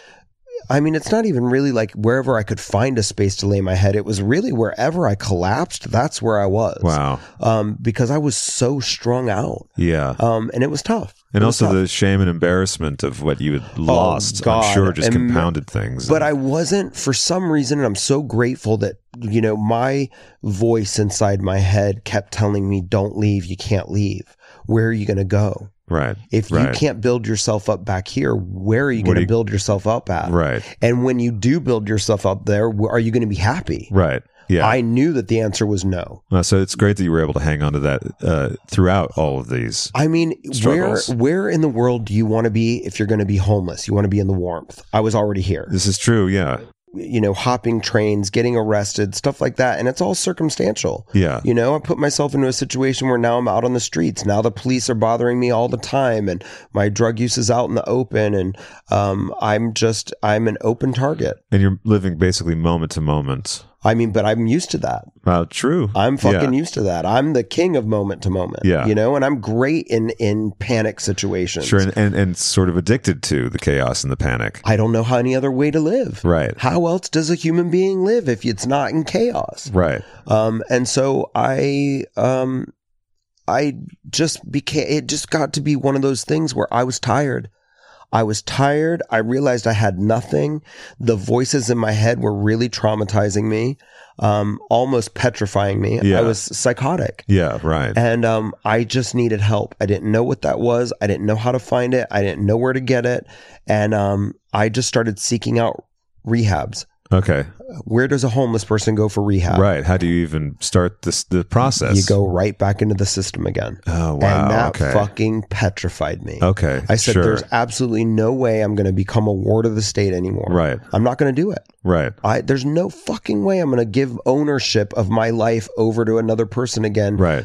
[SPEAKER 3] I mean, it's not even really like wherever I could find a space to lay my head. It was really wherever I collapsed. That's where I was.
[SPEAKER 1] Wow.
[SPEAKER 3] Um, because I was so strung out.
[SPEAKER 1] Yeah.
[SPEAKER 3] Um, and it was tough.
[SPEAKER 1] and
[SPEAKER 3] It was
[SPEAKER 1] also
[SPEAKER 3] tough.
[SPEAKER 1] the shame and embarrassment of what you had lost, I'm
[SPEAKER 3] God.
[SPEAKER 1] sure, just
[SPEAKER 3] Em-
[SPEAKER 1] compounded things.
[SPEAKER 3] But I wasn't for some reason, and I'm so grateful that you know my voice inside my head kept telling me, "Don't leave. You can't leave. Where are you going to go?
[SPEAKER 1] right.
[SPEAKER 3] If
[SPEAKER 1] Right.
[SPEAKER 3] you can't build yourself up back here, where are you
[SPEAKER 1] What
[SPEAKER 3] going
[SPEAKER 1] do
[SPEAKER 3] to
[SPEAKER 1] you-
[SPEAKER 3] build yourself up at?
[SPEAKER 1] Right.
[SPEAKER 3] And when you do build yourself up there, wh- are you going to be happy?
[SPEAKER 1] Right. Yeah.
[SPEAKER 3] I knew that the answer was no.
[SPEAKER 1] Uh, so it's great that you were able to hang on to that uh, throughout all of these.
[SPEAKER 3] I mean,
[SPEAKER 1] Struggles.
[SPEAKER 3] where where in the world do you want to be if you're going to be homeless? You want to be in the warmth. I was already here.
[SPEAKER 1] This is true. Yeah.
[SPEAKER 3] you know, hopping trains, getting arrested, stuff like that. And it's all circumstantial.
[SPEAKER 1] Yeah.
[SPEAKER 3] You know, I put myself into a situation where now I'm out on the streets. Now the police are bothering me all the time and my drug use is out in the open and um, I'm just, I'm an open target.
[SPEAKER 1] And you're living basically moment to moment.
[SPEAKER 3] I mean, but I'm used to that.
[SPEAKER 1] Wow. True.
[SPEAKER 3] I'm fucking
[SPEAKER 1] yeah.
[SPEAKER 3] used to that. I'm the king of moment to moment.
[SPEAKER 1] Yeah.
[SPEAKER 3] You know, and I'm great in in panic situations.
[SPEAKER 1] Sure. And, and, and sort of addicted to the chaos and the panic.
[SPEAKER 3] I don't know how any other way to live.
[SPEAKER 1] Right.
[SPEAKER 3] How else does a human being live if it's not in chaos?
[SPEAKER 1] Right.
[SPEAKER 3] Um, and so I, um, I just became, it just got to be one of those things where I was tired. I was tired. I realized I had nothing. The voices in my head were really traumatizing me, um, almost petrifying me.
[SPEAKER 1] Yeah.
[SPEAKER 3] I was psychotic.
[SPEAKER 1] Yeah. Right.
[SPEAKER 3] And um, I just needed help. I didn't know what that was. I didn't know how to find it. I didn't know where to get it. And um, I just started seeking out rehabs.
[SPEAKER 1] Okay.
[SPEAKER 3] Where does a homeless person go for rehab?
[SPEAKER 1] Right. How do you even start this the process?
[SPEAKER 3] uh, you go right back into the system again.
[SPEAKER 1] Oh wow.
[SPEAKER 3] and that
[SPEAKER 1] okay.
[SPEAKER 3] fucking petrified me.
[SPEAKER 1] okay.
[SPEAKER 3] I said,
[SPEAKER 1] sure.
[SPEAKER 3] there's absolutely no way I'm going to become a ward of the state anymore.
[SPEAKER 1] Right.
[SPEAKER 3] I'm not going to do it.
[SPEAKER 1] Right.
[SPEAKER 3] I, there's no fucking way I'm going to give ownership of my life over to another person again
[SPEAKER 1] Right.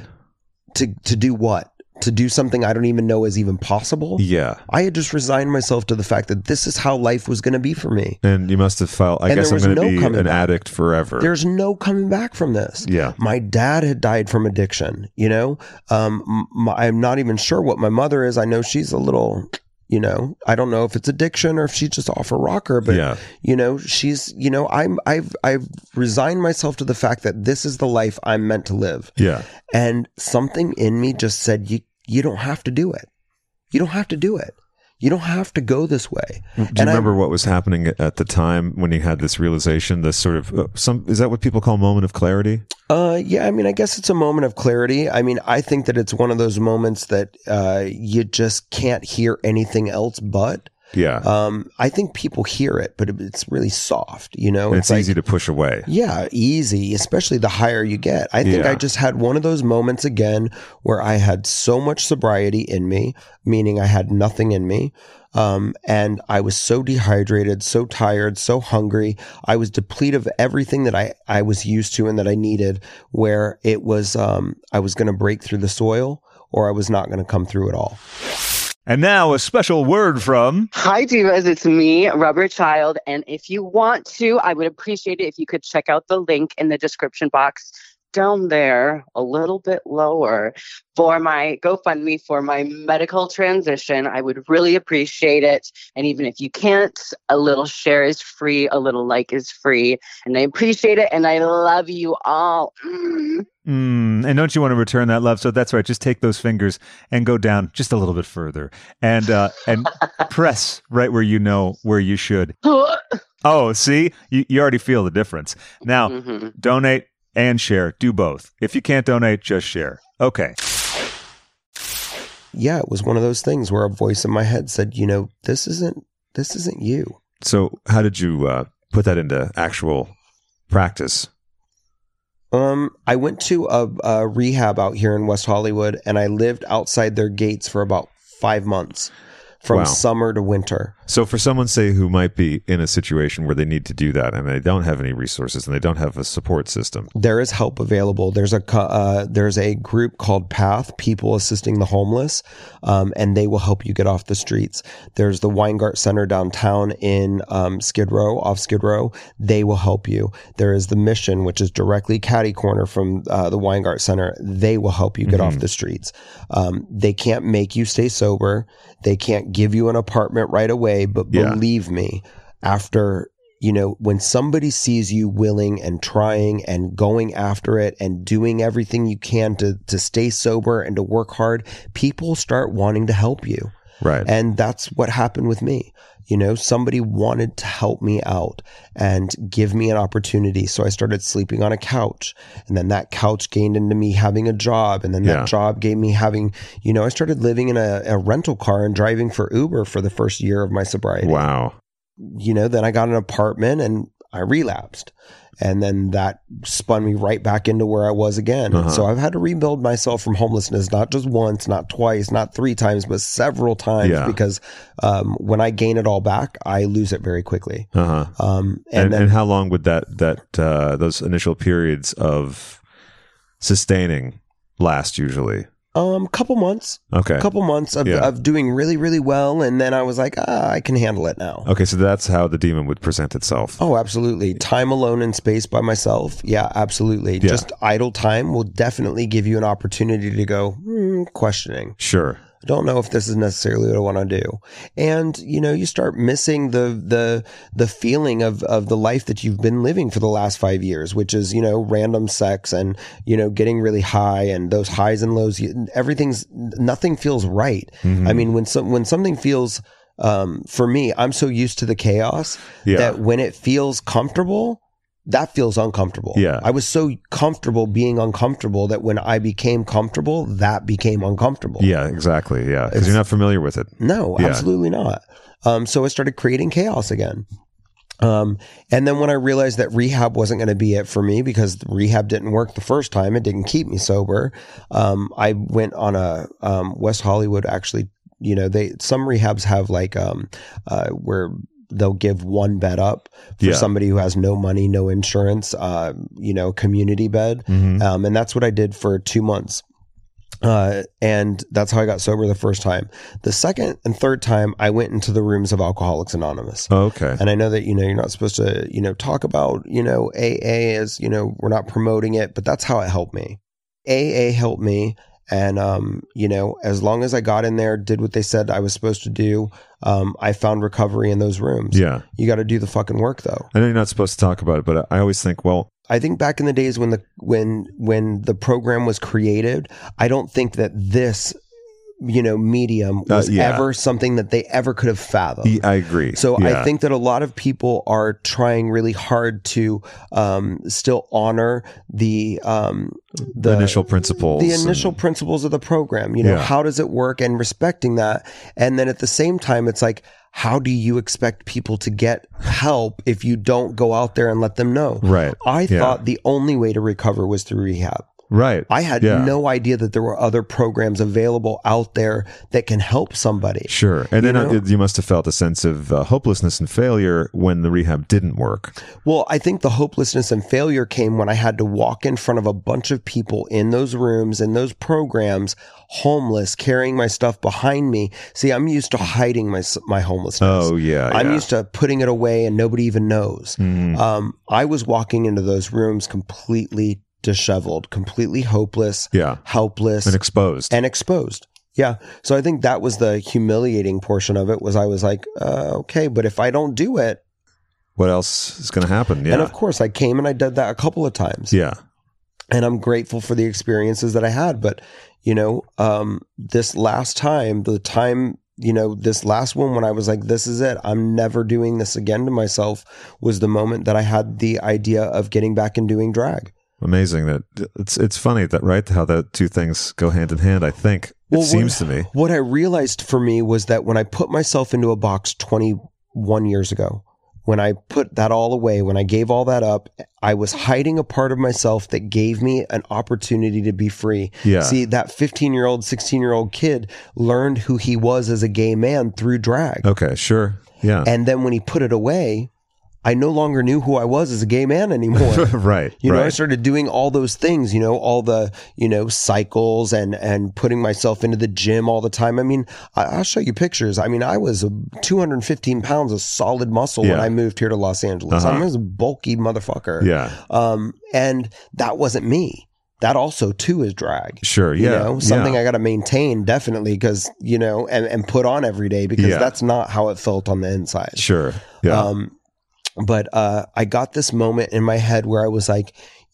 [SPEAKER 3] to, to do what? To do something I don't even know is even possible.
[SPEAKER 1] Yeah.
[SPEAKER 3] I had just resigned myself to the fact that this is how life was going to be for me.
[SPEAKER 1] And you must have felt. I
[SPEAKER 3] And
[SPEAKER 1] guess
[SPEAKER 3] there
[SPEAKER 1] I'm
[SPEAKER 3] was
[SPEAKER 1] going to
[SPEAKER 3] no
[SPEAKER 1] be
[SPEAKER 3] coming
[SPEAKER 1] an
[SPEAKER 3] back.
[SPEAKER 1] addict forever.
[SPEAKER 3] There's no coming back from this.
[SPEAKER 1] yeah.
[SPEAKER 3] My dad had died from addiction. You know, um, m- my, I'm not even sure what my mother is. I know she's a little, you know, I don't know if it's addiction or if she's just off a rocker. But
[SPEAKER 1] yeah.
[SPEAKER 3] you know, she's, you know, I'm, I've, I've resigned myself to the fact that this is the life I'm meant to live.
[SPEAKER 1] Yeah.
[SPEAKER 3] And something in me just said, you, you don't have to do it. You don't have to do it. You don't have to go this way.
[SPEAKER 1] Do you
[SPEAKER 3] And I-
[SPEAKER 1] remember what was happening at the time when you had this realization? This sort of uh, some is that what people call moment of clarity?
[SPEAKER 3] Uh, yeah, I mean, I guess it's a moment of clarity. I mean, I think that it's one of those moments that uh, you just can't hear anything else but.
[SPEAKER 1] Yeah.
[SPEAKER 3] Um, I think people hear it, but it- it's really soft, you know?
[SPEAKER 1] it's,
[SPEAKER 3] oh, like,
[SPEAKER 1] easy to push away.
[SPEAKER 3] yeah, easy, especially the higher you get. I think
[SPEAKER 1] Yeah.
[SPEAKER 3] I just had one of those moments again where I had so much sobriety in me, meaning I had nothing in me. Um, and I was so dehydrated, so tired, so hungry. I was depleted of everything that I, I was used to and that I needed, where it was, um, I was going to break through the soil or I was not going to come through at all.
[SPEAKER 4] And now a special word from
[SPEAKER 5] Hi, Divas. It's me, Rubber Child. And if you want to, I would appreciate it if you could check out the link in the description box down there, a little bit lower, for my GoFundMe for my medical transition. I would really appreciate it. And even if you can't, a little share is free, a little like is free. And I appreciate it. And I love you all. Mm.
[SPEAKER 4] Mm, and don't you want to return that love? So that's right. Just take those fingers and go down just a little bit further, and uh, and press right where you know where you should. Oh, see, you, you already feel the difference. Now,
[SPEAKER 5] Mhm.
[SPEAKER 4] donate and share. Do both. If you can't donate, just share. Okay.
[SPEAKER 3] Yeah, it was one of those things where a voice in my head said, you know, this isn't, this isn't you.
[SPEAKER 1] So, how did you uh, put that into actual practice?
[SPEAKER 3] Um, I went to a, a rehab out here in West Hollywood, and I lived outside their gates for about five months, from
[SPEAKER 1] Wow.
[SPEAKER 3] summer to winter.
[SPEAKER 1] So, for someone say who might be in a situation where they need to do that and they don't have any resources and they don't have a support system,
[SPEAKER 3] There is help available. There's a co- uh, there's a group called Path People Assisting the Homeless, um, and they will help you get off the streets. There's the Weingart Center downtown in um, Skid Row, off Skid Row. They will help you. There is the Mission, which is directly catty corner from uh, the Weingart Center. They will help you get off the streets. Um, they can't make you stay sober. They can't give you an apartment right away. But
[SPEAKER 1] Yeah.
[SPEAKER 3] believe me, after you know when somebody sees you willing and trying and going after it and doing everything you can to to stay sober and to work hard, people start wanting to help you.
[SPEAKER 1] right?
[SPEAKER 3] And that's what happened with me. You know, somebody wanted to help me out and give me an opportunity. So I started sleeping on a couch. And then that couch gained into me having a job. And then
[SPEAKER 1] Yeah.
[SPEAKER 3] that job gave me having, you know, I started living in a, a rental car and driving for Uber for the first year of my sobriety.
[SPEAKER 1] wow.
[SPEAKER 3] You know, then I got an apartment and I relapsed. And then that spun me right back into where I was again.
[SPEAKER 1] Uh-huh.
[SPEAKER 3] So I've had to rebuild myself from homelessness, not just once, not twice, not three times, but several times
[SPEAKER 1] Yeah.
[SPEAKER 3] because um, when I gain it all back, I lose it very quickly.
[SPEAKER 1] Uh huh.
[SPEAKER 3] Um,
[SPEAKER 1] And, and,
[SPEAKER 3] and, then
[SPEAKER 1] how long would that that uh, those initial periods of sustaining last usually?
[SPEAKER 3] um, couple months,
[SPEAKER 1] Okay.
[SPEAKER 3] couple months of,
[SPEAKER 1] Yeah.
[SPEAKER 3] of doing really, really well. And then I was like, ah, I can handle it now.
[SPEAKER 1] Okay, so that's how the demon would present itself.
[SPEAKER 3] Oh, absolutely. Time alone in space by myself. Yeah, absolutely.
[SPEAKER 1] Yeah.
[SPEAKER 3] Just idle time will definitely give you an opportunity to go hmm, questioning.
[SPEAKER 1] Sure.
[SPEAKER 3] don't know if this is necessarily what I want to do. And you know, you start missing the the the feeling of of the life that you've been living for the last 5 years, which is, you know, random sex and, you know, getting really high and those highs and lows, you- everything's nothing feels right.
[SPEAKER 1] Mm.
[SPEAKER 3] I
[SPEAKER 1] Mm-hmm.
[SPEAKER 3] mean, when some when something feels um for me, I'm so used to the chaos
[SPEAKER 1] Yeah.
[SPEAKER 3] that when it feels comfortable, that feels uncomfortable.
[SPEAKER 1] Yeah.
[SPEAKER 3] I was so comfortable being uncomfortable that when I became comfortable, that became uncomfortable.
[SPEAKER 1] Yeah, exactly. Yeah, because you're not familiar with it.
[SPEAKER 3] No,
[SPEAKER 1] Yeah.
[SPEAKER 3] absolutely not. Um, so I started creating chaos again. Um, and then when I realized that rehab wasn't going to be it for me because rehab didn't work the first time, it didn't keep me sober. Um, I went on a um, West Hollywood actually. You know, they some rehabs have like um, uh, where they'll give one bed up for
[SPEAKER 1] Yeah.
[SPEAKER 3] somebody who has no money, no insurance. Uh, you know, community bed,
[SPEAKER 1] Mhm.
[SPEAKER 3] um, and that's what I did for two months. Uh, and that's how I got sober the first time. The second and third time, I went into the rooms of Alcoholics Anonymous.
[SPEAKER 1] Oh, Okay.
[SPEAKER 3] And I know that you know you're not supposed to you know talk about you know AA as you know we're not promoting it, but that's how it helped me. AA helped me, and um, you know as long as I got in there, did what they said I was supposed to do, um, I found recovery in those rooms.
[SPEAKER 1] Yeah,
[SPEAKER 3] You got to do the fucking work though.
[SPEAKER 1] I know you're not supposed to talk about it, but I always think, well,
[SPEAKER 3] I think back in the days when the when when the program was created, I don't think that this you know, medium was
[SPEAKER 1] Uh, yeah.
[SPEAKER 3] ever something that they ever could have fathomed.
[SPEAKER 1] I agree.
[SPEAKER 3] So
[SPEAKER 1] Yeah.
[SPEAKER 3] I think that a lot of people are trying really hard to um, still honor the um, the
[SPEAKER 1] initial principles.
[SPEAKER 3] the
[SPEAKER 1] and-
[SPEAKER 3] initial principles of the program. You know,
[SPEAKER 1] Yeah.
[SPEAKER 3] how does it work, and respecting that. And then at the same time, it's like, how do you expect people to get help if you don't go out there and let them know?
[SPEAKER 1] Right.
[SPEAKER 3] I
[SPEAKER 1] Yeah.
[SPEAKER 3] thought the only way to recover was through rehab.
[SPEAKER 1] right.
[SPEAKER 3] I had
[SPEAKER 1] Yeah.
[SPEAKER 3] no idea that there were other programs available out there that can help somebody.
[SPEAKER 1] Sure. And then
[SPEAKER 3] know?
[SPEAKER 1] uh, you must have felt a sense of uh, hopelessness and failure when the rehab didn't work.
[SPEAKER 3] Well, I think the hopelessness and failure came when I had to walk in front of a bunch of people in those rooms, in those programs, homeless, carrying my stuff behind me. See, I'm used to hiding my s- my homelessness.
[SPEAKER 1] Oh, yeah. Hmm.
[SPEAKER 3] I'm
[SPEAKER 1] yeah. Mm-hmm.
[SPEAKER 3] used to putting it away and nobody even knows. Um, I was walking into those rooms completely disheveled, completely hopeless,
[SPEAKER 1] Yeah.
[SPEAKER 3] helpless,
[SPEAKER 1] And exposed.
[SPEAKER 3] and exposed. Yeah. So I think that was the humiliating portion of it was I was like, uh, okay, but if I don't do it,
[SPEAKER 1] what else is going to happen? Yeah.
[SPEAKER 3] and of course I came and I did that a couple of times
[SPEAKER 1] yeah.
[SPEAKER 3] and I'm grateful for the experiences that I had. But you know, um, this last time, the time you know, this last one when I was like, "This is it. I'm never doing this again to myself," was the moment that I had the idea of getting back and doing drag.
[SPEAKER 1] Amazing that it's it's funny that right how the two things go hand in hand. I think
[SPEAKER 3] Well,
[SPEAKER 1] it
[SPEAKER 3] what-
[SPEAKER 1] seems to me.
[SPEAKER 3] What I realized for me was that when I put myself into a box 21 years ago, when I put that all away, when I gave all that up, I was hiding a part of myself that gave me an opportunity to be free.
[SPEAKER 1] Yeah.
[SPEAKER 3] See, that 15 year old, 16 year old kid learned who he was as a gay man through drag.
[SPEAKER 1] Okay. Sure. Yeah.
[SPEAKER 3] And then when he put it away, I no longer knew who I was as a gay man anymore.
[SPEAKER 1] right.
[SPEAKER 3] You know, I
[SPEAKER 1] right.
[SPEAKER 3] started doing all those things, you know, all the, you know, cycles and, and putting myself into the gym all the time. I mean, I, I'll show you pictures. I mean, I was 215 pounds of solid muscle when
[SPEAKER 1] Yeah.
[SPEAKER 3] I moved here to Los Angeles. I
[SPEAKER 1] Uh-huh.
[SPEAKER 3] was a bulky motherfucker.
[SPEAKER 1] yeah.
[SPEAKER 3] Um, and that wasn't me. That also too is drag.
[SPEAKER 1] Sure. Yeah.
[SPEAKER 3] You know, something
[SPEAKER 1] yeah.
[SPEAKER 3] I got to maintain definitely because, you know, and, and put on every day because
[SPEAKER 1] Yeah.
[SPEAKER 3] that's not how it felt on the inside.
[SPEAKER 1] sure. Yeah.
[SPEAKER 3] Um, but uh, I got this moment in my head where I was like,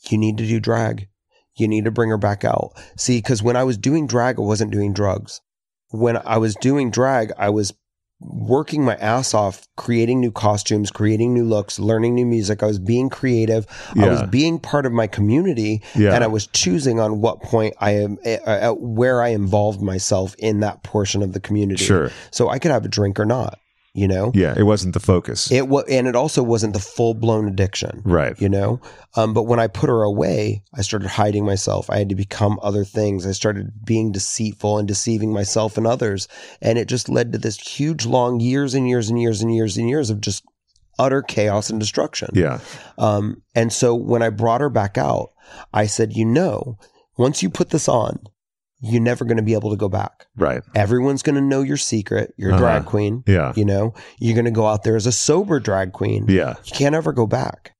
[SPEAKER 3] you need to do drag. You need to bring her back out. See, because when I was doing drag, I wasn't doing drugs. When I was doing drag, I was working my ass off, creating new costumes, creating new looks, learning new music. I was being creative. I was
[SPEAKER 1] Yeah.
[SPEAKER 3] being part of my community,
[SPEAKER 1] Yeah.
[SPEAKER 3] and I was choosing on what point I am, uh, uh, where I involved myself in that portion of the community.
[SPEAKER 1] sure.
[SPEAKER 3] So I could have a drink or not, you know.
[SPEAKER 1] Yeah. It wasn't the focus.
[SPEAKER 3] It was, and it also wasn't the full blown addiction,
[SPEAKER 1] right.
[SPEAKER 3] you know. Um, but when I put her away, I started hiding myself. I had to become other things. I started being deceitful and deceiving myself and others, and it just led to this huge, long years and years and years and years and years of just utter chaos and destruction.
[SPEAKER 1] Yeah.
[SPEAKER 3] Um, and so when I brought her back out, I said, you know, once you put this on, you're never going to be able to go back.
[SPEAKER 1] Right.
[SPEAKER 3] Everyone's going to know your secret. You're a drag
[SPEAKER 1] Uh-huh.
[SPEAKER 3] queen.
[SPEAKER 1] Yeah.
[SPEAKER 3] You know, you're going to go out there as a sober drag queen.
[SPEAKER 1] Yeah.
[SPEAKER 3] You can't ever go back.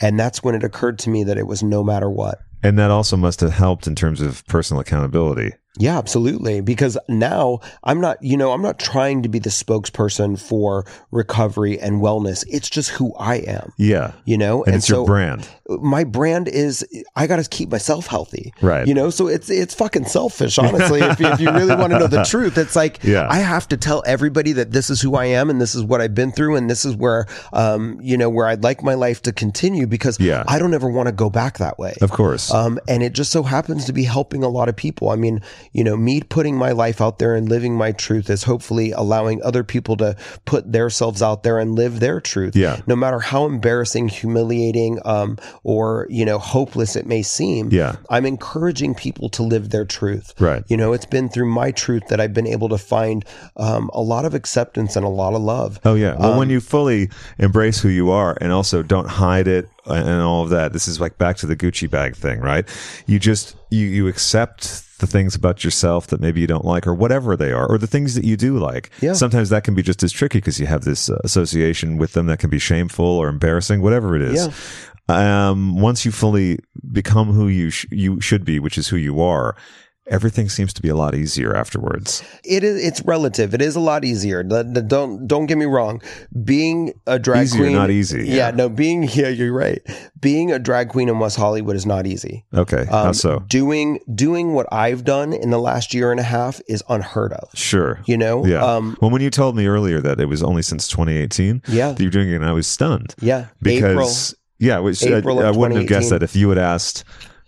[SPEAKER 3] And that's when it occurred to me that it was no matter what.
[SPEAKER 1] And that also must have helped in terms of personal accountability.
[SPEAKER 3] Yeah, absolutely. Because now I'm not, you know, I'm not trying to be the spokesperson for recovery and wellness. It's just who I am,
[SPEAKER 1] Yeah.
[SPEAKER 3] you know?
[SPEAKER 1] And, it's your brand.
[SPEAKER 3] my brand is I got to keep myself healthy.
[SPEAKER 1] Right.
[SPEAKER 3] You know, so it's it's fucking selfish, honestly. if, you- if you really want to know the truth, it's like
[SPEAKER 1] Yeah.
[SPEAKER 3] I have to tell everybody that this is who I am and this is what I've been through and this is where um you know where I'd like my life to continue because
[SPEAKER 1] Yeah.
[SPEAKER 3] I don't ever want to go back that way.
[SPEAKER 1] Of course.
[SPEAKER 3] Um, and it just so happens to be helping a lot of people. I mean, you know, me putting my life out there and living my truth is hopefully allowing other people to put themselves out there and live their truth.
[SPEAKER 1] Yeah.
[SPEAKER 3] No matter how embarrassing, humiliating, um, or you know, hopeless it may seem.
[SPEAKER 1] Yeah.
[SPEAKER 3] I'm encouraging people to live their truth.
[SPEAKER 1] Right.
[SPEAKER 3] You know, it's been through my truth that I've been able to find um, a lot of acceptance and a lot of love.
[SPEAKER 1] Oh yeah. Well,
[SPEAKER 3] Um,
[SPEAKER 1] when you fully embrace who you are and also don't hide it and all of that, this is like back to the Gucci bag thing, right? You just you you accept the things about yourself that maybe you don't like or whatever they are or the things that you do like.
[SPEAKER 3] Yeah.
[SPEAKER 1] Sometimes that can be just as tricky because you have this uh, association with them that can be shameful or embarrassing, whatever it is.
[SPEAKER 3] Yeah.
[SPEAKER 1] Um once you fully become who you sh- you should be, which is who you are, everything seems to be a lot easier afterwards.
[SPEAKER 3] It is. It's relative. It is a lot easier. The- the- don't don't get me wrong. Being a drag
[SPEAKER 1] Easier,
[SPEAKER 3] queen,
[SPEAKER 1] not easy.
[SPEAKER 3] Yeah, no. Being yeah, you're right. Being a drag queen in West Hollywood is not easy.
[SPEAKER 1] Okay. How
[SPEAKER 3] Um,
[SPEAKER 1] so?
[SPEAKER 3] Doing doing what I've done in the last year and a half is unheard of.
[SPEAKER 1] Sure.
[SPEAKER 3] You know.
[SPEAKER 1] Yeah.
[SPEAKER 3] Um,
[SPEAKER 1] well, when you told me earlier that it was only since 2018
[SPEAKER 3] Yeah.
[SPEAKER 1] that you're doing it, and I was stunned
[SPEAKER 3] yeah. April.
[SPEAKER 1] because yeah, which I,
[SPEAKER 3] April of
[SPEAKER 1] I wouldn't have guessed
[SPEAKER 3] 2018.
[SPEAKER 1] that if you had asked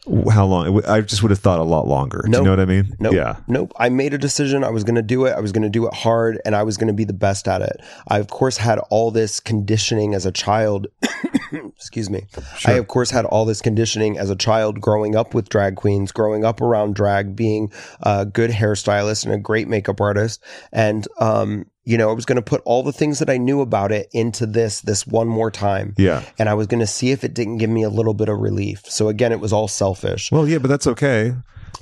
[SPEAKER 1] w- how long. it w- I just would have thought a lot longer. Do you
[SPEAKER 3] Nope.
[SPEAKER 1] know what I mean?
[SPEAKER 3] Nope.
[SPEAKER 1] Yeah.
[SPEAKER 3] Nope. I made a decision. I was going to do it. I was going to do it hard and I was going to be the best at it. I, of course, had all this conditioning as a child. Excuse me. I, of course, had all this conditioning as a child growing up with drag queens, growing up around drag, being a good hairstylist and a great makeup artist. And, um, you know, I was going to put all the things that I knew about it into this, this one more time.
[SPEAKER 1] Yeah.
[SPEAKER 3] And I was going to see if it didn't give me a little bit of relief. So again, it was all selfish.
[SPEAKER 1] Well, yeah, but that's okay.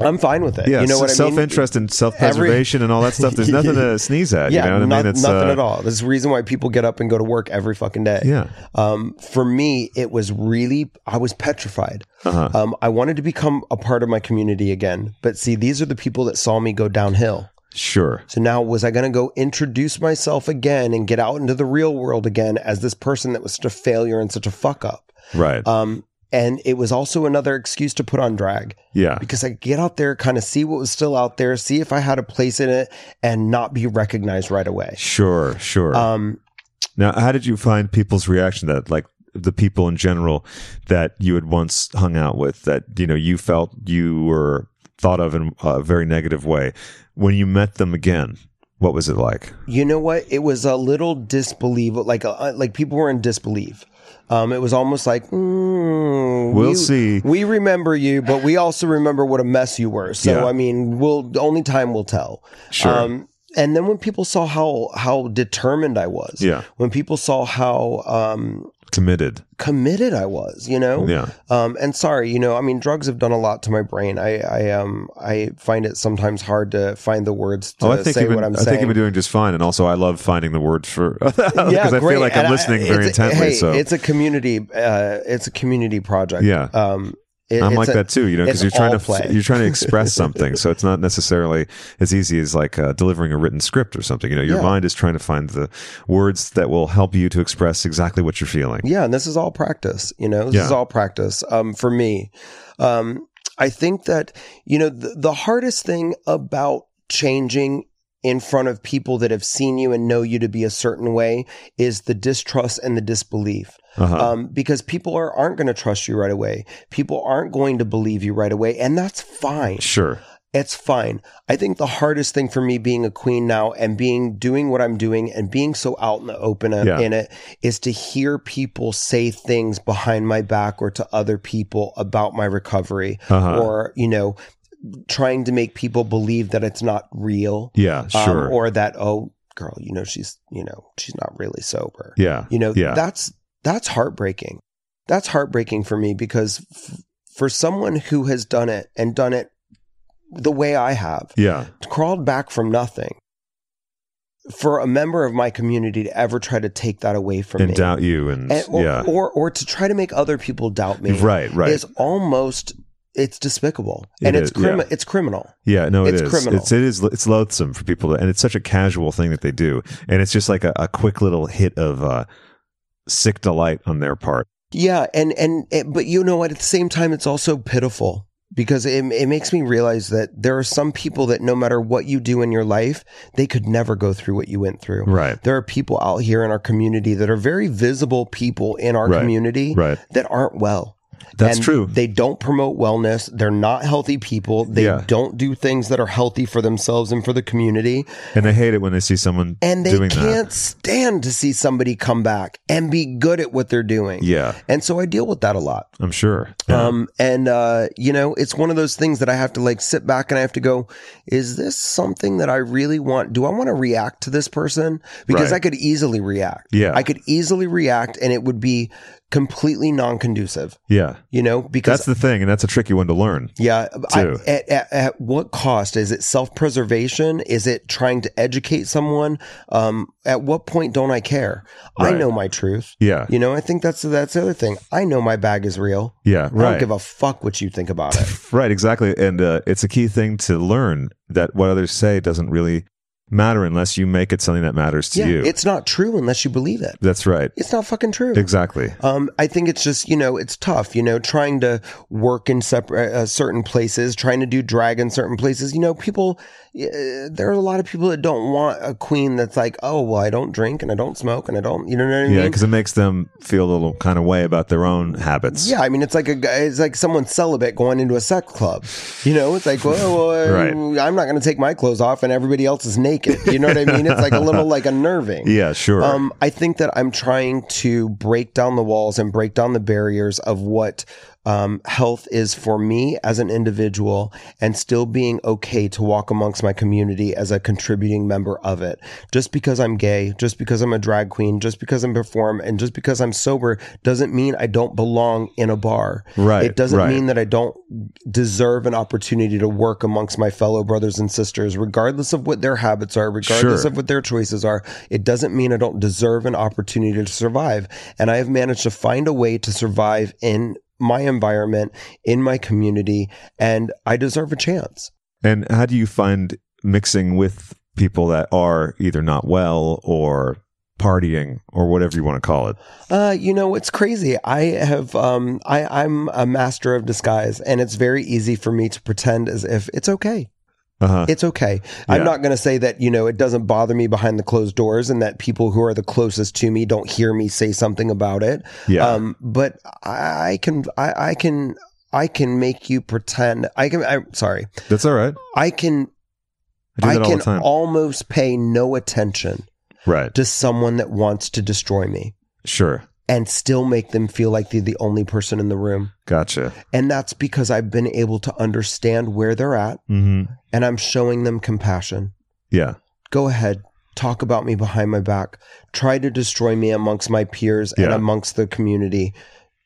[SPEAKER 3] I'm fine with it.
[SPEAKER 1] Yeah,
[SPEAKER 3] you know what I mean?
[SPEAKER 1] self interest and self preservation and all that stuff. There's nothing to sneeze at.
[SPEAKER 3] Yeah,
[SPEAKER 1] you know what
[SPEAKER 3] no-
[SPEAKER 1] I mean?
[SPEAKER 3] nothing
[SPEAKER 1] uh,
[SPEAKER 3] at all. There's a reason why people get up and go to work every fucking day.
[SPEAKER 1] Yeah.
[SPEAKER 3] Um, for me, it was really I was petrified.
[SPEAKER 1] Uh-huh.
[SPEAKER 3] Um, I wanted to become a part of my community again, but see, these are the people that saw me go downhill.
[SPEAKER 1] Sure.
[SPEAKER 3] So now, was I going to go introduce myself again and get out into the real world again as this person that was such a failure and such a fuck up?
[SPEAKER 1] Right.
[SPEAKER 3] Um, and it was also another excuse to put on drag
[SPEAKER 1] yeah.
[SPEAKER 3] because I could get out there, kind of see what was still out there, see if I had a place in it, and not be recognized right away.
[SPEAKER 1] Sure. Sure.
[SPEAKER 3] Um,
[SPEAKER 1] Now, how did you find people's reaction to that like the people in general that you had once hung out with that you know you felt you were thought of in a very negative way when you met them again? What was it like?
[SPEAKER 3] You know what? It was a little disbelief. Like, uh, like people were in disbelief. Um, it was almost like, mm,
[SPEAKER 1] We'll
[SPEAKER 3] we-
[SPEAKER 1] see.
[SPEAKER 3] We remember you, but we also remember what a mess you were. So,
[SPEAKER 1] Yeah.
[SPEAKER 3] I mean, we'll only time will tell.
[SPEAKER 1] Sure.
[SPEAKER 3] Um, and then when people saw how how determined I was,
[SPEAKER 1] Yeah.
[SPEAKER 3] When people saw how um,
[SPEAKER 1] Committed.
[SPEAKER 3] committed I was, you know,
[SPEAKER 1] Yeah.
[SPEAKER 3] um, and sorry, you know, I mean, drugs have done a lot to my brain. I, I, um, I find it sometimes hard to find the words to
[SPEAKER 1] Oh, I think
[SPEAKER 3] say
[SPEAKER 1] you've been,
[SPEAKER 3] what I'm
[SPEAKER 1] I
[SPEAKER 3] saying.
[SPEAKER 1] think you've been doing just fine, and also I love finding the words for because I
[SPEAKER 3] great.
[SPEAKER 1] feel like
[SPEAKER 3] And
[SPEAKER 1] I'm
[SPEAKER 3] I-
[SPEAKER 1] listening very
[SPEAKER 3] it's a-
[SPEAKER 1] intently.
[SPEAKER 3] hey,
[SPEAKER 1] so
[SPEAKER 3] it's a community. Uh, it's a community project.
[SPEAKER 1] Yeah.
[SPEAKER 3] Um, it-
[SPEAKER 1] I'm
[SPEAKER 3] it's
[SPEAKER 1] like
[SPEAKER 3] a-
[SPEAKER 1] that too, you know, because
[SPEAKER 3] it's
[SPEAKER 1] you're trying to
[SPEAKER 3] all play.
[SPEAKER 1] you're trying to express something, so it's not necessarily as easy as like uh, delivering a written script or something. You know, your
[SPEAKER 3] Yeah.
[SPEAKER 1] mind is trying to find the words that will help you to express exactly what you're feeling.
[SPEAKER 3] Yeah, and this is all practice. You know, this
[SPEAKER 1] Yeah.
[SPEAKER 3] is all practice. Um, for me, um, I think that you know the, the hardest thing about changing in front of people that have seen you and know you to be a certain way is the distrust and the disbelief.
[SPEAKER 1] Uh-huh.
[SPEAKER 3] um, because people are, aren't going to trust you right away. People aren't going to believe you right away, and that's fine.
[SPEAKER 1] sure.
[SPEAKER 3] It's fine. I think the hardest thing for me being a queen now and being doing what I'm doing and being so out in the open
[SPEAKER 1] Yeah.
[SPEAKER 3] in it is to hear people say things behind my back or to other people about my recovery
[SPEAKER 1] Uh-huh.
[SPEAKER 3] or, you know, trying to make people believe that it's not real
[SPEAKER 1] yeah.
[SPEAKER 3] um,
[SPEAKER 1] Sure.
[SPEAKER 3] or that, oh, girl, you know, she's, you know, she's not really sober.
[SPEAKER 1] yeah.
[SPEAKER 3] You know,
[SPEAKER 1] Yeah.
[SPEAKER 3] that's that's heartbreaking. That's heartbreaking for me because f- for someone who has done it and done it the way I have,
[SPEAKER 1] yeah.
[SPEAKER 3] crawled back from nothing, for a member of my community to ever try to take that away from
[SPEAKER 1] And
[SPEAKER 3] me,
[SPEAKER 1] doubt you, and,
[SPEAKER 3] And- or,
[SPEAKER 1] yeah.
[SPEAKER 3] or or to try to make other people doubt me,
[SPEAKER 1] right. Right.
[SPEAKER 3] is almost it's despicable
[SPEAKER 1] It
[SPEAKER 3] and
[SPEAKER 1] is,
[SPEAKER 3] it's crimi-
[SPEAKER 1] yeah.
[SPEAKER 3] it's criminal.
[SPEAKER 1] Yeah, no, it
[SPEAKER 3] It's
[SPEAKER 1] is.
[SPEAKER 3] criminal.
[SPEAKER 1] It's it is it's loathsome for people, to, and it's such a casual thing that they do, and it's just like a, a quick little hit of uh, sick delight on their part.
[SPEAKER 3] Yeah, and and it, but you know what? At the same time, it's also pitiful because it it makes me realize that there are some people that no matter what you do in your life, they could never go through what you went through.
[SPEAKER 1] Right.
[SPEAKER 3] There are people out here in our community that are very visible people in our
[SPEAKER 1] Right.
[SPEAKER 3] community
[SPEAKER 1] Right.
[SPEAKER 3] that aren't well.
[SPEAKER 1] That's
[SPEAKER 3] And
[SPEAKER 1] true.
[SPEAKER 3] They don't promote wellness. They're not healthy people. They
[SPEAKER 1] Yeah.
[SPEAKER 3] don't do things that are healthy for themselves and for the community.
[SPEAKER 1] and they hate it when they see someone
[SPEAKER 3] And they
[SPEAKER 1] doing
[SPEAKER 3] can't
[SPEAKER 1] that.
[SPEAKER 3] stand to see somebody come back and be good at what they're doing.
[SPEAKER 1] Yeah,
[SPEAKER 3] And so I deal with that a lot.
[SPEAKER 1] I'm sure. Yeah.
[SPEAKER 3] Um, and uh, you know, it's one of those things that I have to like sit back and I have to go, is this something that I really want? Do I want to react to this person? Because
[SPEAKER 1] Right.
[SPEAKER 3] I could easily react.
[SPEAKER 1] Yeah.
[SPEAKER 3] I could easily react and it would be completely non-conducive.
[SPEAKER 1] Yeah.
[SPEAKER 3] You know, because
[SPEAKER 1] That's the thing, and that's a tricky one to learn.
[SPEAKER 3] Yeah. I-
[SPEAKER 1] too.
[SPEAKER 3] at, at, at what cost? Is it self preservation? Is it trying to educate someone? Um, at what point don't I care? I
[SPEAKER 1] Right.
[SPEAKER 3] know my truth.
[SPEAKER 1] Yeah.
[SPEAKER 3] You know, I think that's that's the other thing. I know my bag is real.
[SPEAKER 1] Yeah.
[SPEAKER 3] I
[SPEAKER 1] Right.
[SPEAKER 3] don't give a fuck what you think about it.
[SPEAKER 1] Right, exactly. And uh, it's a key thing to learn that what others say doesn't really matter unless you make it something that matters to
[SPEAKER 3] yeah,
[SPEAKER 1] you.
[SPEAKER 3] it's not true unless you believe it.
[SPEAKER 1] That's right.
[SPEAKER 3] It's not fucking true.
[SPEAKER 1] Exactly.
[SPEAKER 3] Um, I think it's just you know it's tough you know trying to work in separate uh, certain places, trying to do drag in certain places. You know, people uh, there are a lot of people that don't want a queen that's like, oh well, I don't drink and I don't smoke and I don't, you know what I
[SPEAKER 1] Yeah,
[SPEAKER 3] mean?
[SPEAKER 1] because it makes them feel a little kind of way about their own habits.
[SPEAKER 3] Yeah, I mean it's like a guy, it's like someone celibate going into a sex club. You know, it's like, well, well,
[SPEAKER 1] Right.
[SPEAKER 3] I'm not going to take my clothes off and everybody else is naked. You know what I mean? It's like a little like unnerving.
[SPEAKER 1] Yeah, sure.
[SPEAKER 3] Um, I think that I'm trying to break down the walls and break down the barriers of what um, health is for me as an individual and still being okay to walk amongst my community as a contributing member of it. Just because I'm gay, just because I'm a drag queen, just because I'm perform, and just because I'm sober doesn't mean I don't belong in a bar.
[SPEAKER 1] Right,
[SPEAKER 3] It doesn't
[SPEAKER 1] right.
[SPEAKER 3] mean that I don't deserve an opportunity to work amongst my fellow brothers and sisters, regardless of what their habits are, regardless
[SPEAKER 1] Sure.
[SPEAKER 3] of what their choices are. It doesn't mean I don't deserve an opportunity to survive. And I have managed to find a way to survive in my environment, in my community, and I deserve a chance.
[SPEAKER 1] and how do you find mixing with people that are either not well or partying or whatever you want to call it?
[SPEAKER 3] Uh, you know, it's crazy. I have, um, I, I'm a master of disguise, and it's very easy for me to pretend as if it's okay.
[SPEAKER 1] Uh-huh.
[SPEAKER 3] It's okay. I'm
[SPEAKER 1] Yeah.
[SPEAKER 3] not going to say that, you know, it doesn't bother me behind the closed doors and that people who are the closest to me don't hear me say something about it.
[SPEAKER 1] Yeah.
[SPEAKER 3] Um, but I I can, I, I can, I can make you pretend. I can, I'm sorry.
[SPEAKER 1] That's all right.
[SPEAKER 3] I can,
[SPEAKER 1] I do
[SPEAKER 3] I
[SPEAKER 1] that all the
[SPEAKER 3] can
[SPEAKER 1] time.
[SPEAKER 3] almost pay no attention
[SPEAKER 1] right.
[SPEAKER 3] to someone that wants to destroy me
[SPEAKER 1] Sure.
[SPEAKER 3] and still make them feel like they're the only person in the room.
[SPEAKER 1] Gotcha.
[SPEAKER 3] And that's because I've been able to understand where they're at
[SPEAKER 1] hmm
[SPEAKER 3] and I'm showing them compassion.
[SPEAKER 1] Yeah.
[SPEAKER 3] go ahead talk about me behind my back try to destroy me amongst my peers and
[SPEAKER 1] Yeah.
[SPEAKER 3] amongst the community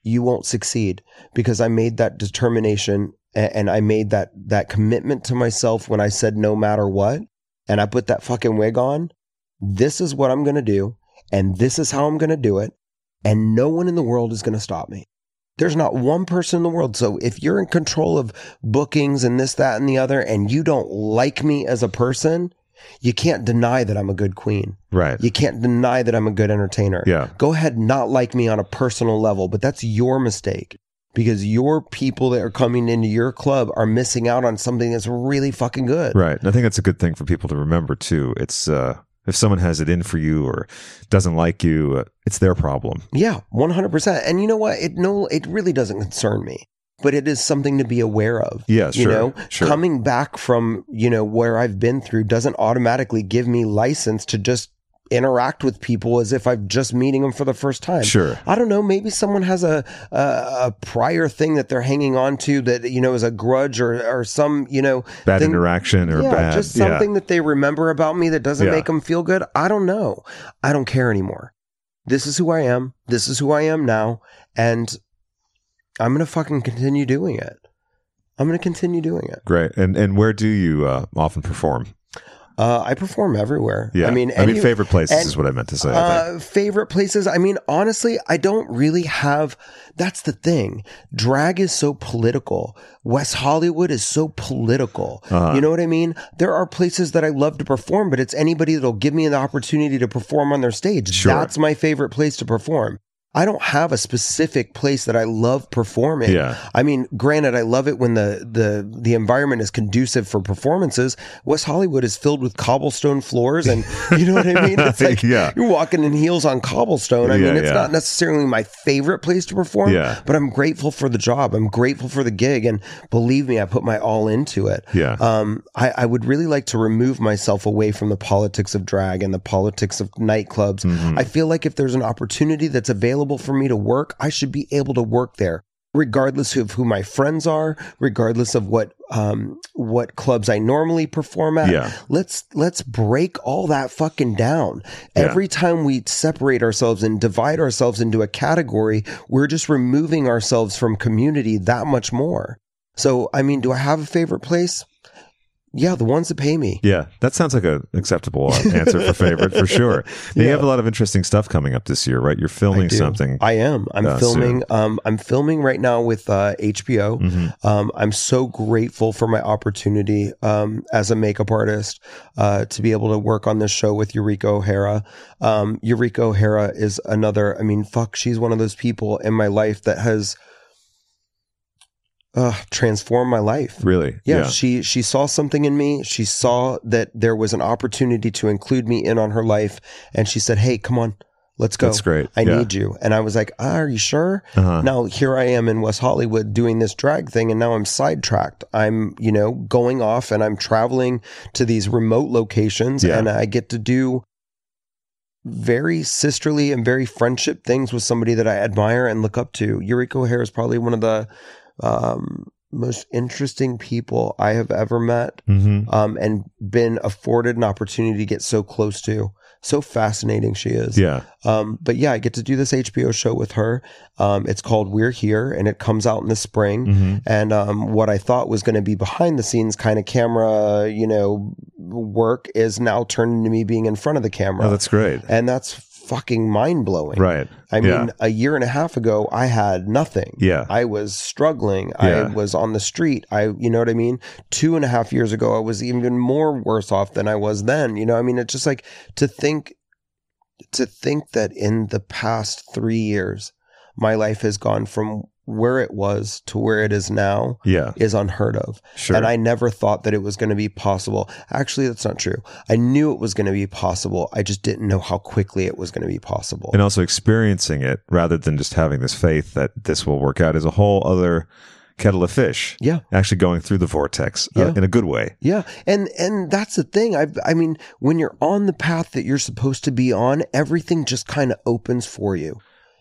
[SPEAKER 3] you won't succeed because i made that determination a- and i made that that commitment to myself when i said no matter what and i put that fucking wig on this is what i'm going to do and this is how i'm going to do it and no one in the world is going to stop me there's not one person in the world. So if you're in control of bookings and this, that, and the other, and you don't like me as a person, you can't deny that I'm a good queen.
[SPEAKER 1] Right.
[SPEAKER 3] You can't deny that I'm a good entertainer.
[SPEAKER 1] Yeah.
[SPEAKER 3] Go ahead, not like me on a personal level, but that's your mistake because your people that are coming into your club are missing out on something that's really fucking good.
[SPEAKER 1] Right. And I think that's a good thing for people to remember too. It's uh, if someone has it in for you or doesn't like you, uh, it's their problem.
[SPEAKER 3] Yeah, 100%. And you know what? It no it really doesn't concern me, but it is something to be aware of.
[SPEAKER 1] Yeah,
[SPEAKER 3] You
[SPEAKER 1] sure,
[SPEAKER 3] know,
[SPEAKER 1] sure.
[SPEAKER 3] coming back from, you know, where I've been through doesn't automatically give me license to just interact with people as if I've just meeting them for the first time.
[SPEAKER 1] Sure.
[SPEAKER 3] I don't know. Maybe someone has a a, a prior thing that they're hanging on to that you know is a grudge or or some you know
[SPEAKER 1] Bad
[SPEAKER 3] thing-
[SPEAKER 1] interaction or
[SPEAKER 3] yeah,
[SPEAKER 1] bad.
[SPEAKER 3] just something that they remember about me that doesn't
[SPEAKER 1] Yeah.
[SPEAKER 3] make them feel good. I don't know. I don't care anymore. This is who I am. This is who I am now, and I'm gonna fucking continue doing it. I'm gonna continue doing it.
[SPEAKER 1] Great. And and where do you uh, often perform?
[SPEAKER 3] Uh, I perform everywhere.
[SPEAKER 1] Yeah.
[SPEAKER 3] I mean,
[SPEAKER 1] I mean
[SPEAKER 3] any-
[SPEAKER 1] favorite places
[SPEAKER 3] and-
[SPEAKER 1] is what I meant to say. I think.
[SPEAKER 3] Uh, favorite places. I mean, honestly, I don't really have. That's the thing. Drag is so political. West Hollywood is so political.
[SPEAKER 1] Uh-huh.
[SPEAKER 3] You know what I mean? There are places that I love to perform, but it's anybody that'll give me the opportunity to perform on their stage.
[SPEAKER 1] Sure.
[SPEAKER 3] That's my favorite place to perform. I don't have a specific place that I love performing.
[SPEAKER 1] Yeah.
[SPEAKER 3] I mean, granted, I love it when the the the environment is conducive for performances. West Hollywood is filled with cobblestone floors, and you know what I mean. It's like
[SPEAKER 1] Yeah.
[SPEAKER 3] you're walking in heels on cobblestone. I
[SPEAKER 1] Yeah,
[SPEAKER 3] mean, it's
[SPEAKER 1] yeah.
[SPEAKER 3] not necessarily my favorite place to perform,
[SPEAKER 1] Yeah.
[SPEAKER 3] but I'm grateful for the job. I'm grateful for the gig, and believe me, I put my all into it.
[SPEAKER 1] Yeah.
[SPEAKER 3] Um, I, I would really like to remove myself away from the politics of drag and the politics of nightclubs.
[SPEAKER 1] Hmm. Mm-hmm.
[SPEAKER 3] I feel like if there's an opportunity that's available for me to work, I should be able to work there, regardless of who my friends are, regardless of what um, what clubs I normally perform at.
[SPEAKER 1] Yeah.
[SPEAKER 3] Let's let's break all that fucking down.
[SPEAKER 1] Yeah.
[SPEAKER 3] Every time we separate ourselves and divide ourselves into a category, we're just removing ourselves from community that much more. So, I mean, do I have a favorite place? Yeah, the ones that pay me.
[SPEAKER 1] Yeah, that sounds like an acceptable answer for favorite for sure. Now, You have a lot of interesting stuff coming up this year, right? You're filming
[SPEAKER 3] do.
[SPEAKER 1] something.
[SPEAKER 3] I am. I'm
[SPEAKER 1] Uh,
[SPEAKER 3] filming. Um, I'm filming right now with uh, HBO.
[SPEAKER 1] Mhm.
[SPEAKER 3] Um, I'm so grateful for my opportunity um, as a makeup artist uh, to be able to work on this show with Eureka O'Hara. Um, Eureka O'Hara is another, I mean, fuck, she's one of those people in my life that has uh, transformed my life
[SPEAKER 1] Really?
[SPEAKER 3] yeah, she she saw something in me she saw that there was an opportunity to include me in on her life and she said hey come on let's go
[SPEAKER 1] That's great.
[SPEAKER 3] i
[SPEAKER 1] Yeah.
[SPEAKER 3] need you and i was like ah, are you sure
[SPEAKER 1] Uh-huh.
[SPEAKER 3] now here i am in west hollywood doing this drag thing and now i'm sidetracked i'm you know going off and i'm traveling to these remote locations
[SPEAKER 1] Yeah.
[SPEAKER 3] and i get to do very sisterly and very friendship things with somebody that I admire and look up to. Eureka O'Hare is probably one of the um, most interesting people I have ever met
[SPEAKER 1] hmm
[SPEAKER 3] um, and been afforded an opportunity to get so close to. So fascinating she is.
[SPEAKER 1] Yeah.
[SPEAKER 3] Um, but yeah, I get to do this HBO show with her. Um, it's called We're Here and it comes out in the spring.
[SPEAKER 1] hmm
[SPEAKER 3] And um, what I thought was going to be behind the scenes kind of camera, you know, work is now turned into me being in front of the camera
[SPEAKER 1] Oh, that's great.
[SPEAKER 3] and that's fucking mind blowing.
[SPEAKER 1] Right.
[SPEAKER 3] I mean,
[SPEAKER 1] Yeah.
[SPEAKER 3] a year and a half ago, I had nothing.
[SPEAKER 1] Yeah.
[SPEAKER 3] I was struggling.
[SPEAKER 1] Yeah.
[SPEAKER 3] I was on the street. I, you know what I mean? Two and a half years ago, I was even more worse off than I was then. You know, I mean, it's just like to think, to think that in the past three years, my life has gone from where it was to where it is now
[SPEAKER 1] Yeah.
[SPEAKER 3] is unheard of.
[SPEAKER 1] Sure.
[SPEAKER 3] And I never thought that it was going to be possible. Actually, that's not true. I knew it was going to be possible. I just didn't know how quickly it was going to be possible.
[SPEAKER 1] and also experiencing it rather than just having this faith that this will work out is a whole other kettle of fish.
[SPEAKER 3] Yeah.
[SPEAKER 1] Actually going through the vortex uh,
[SPEAKER 3] Yeah.
[SPEAKER 1] in a good way.
[SPEAKER 3] yeah, and and that's the thing. I I mean, when you're on the path that you're supposed to be on, everything just kind of opens for you.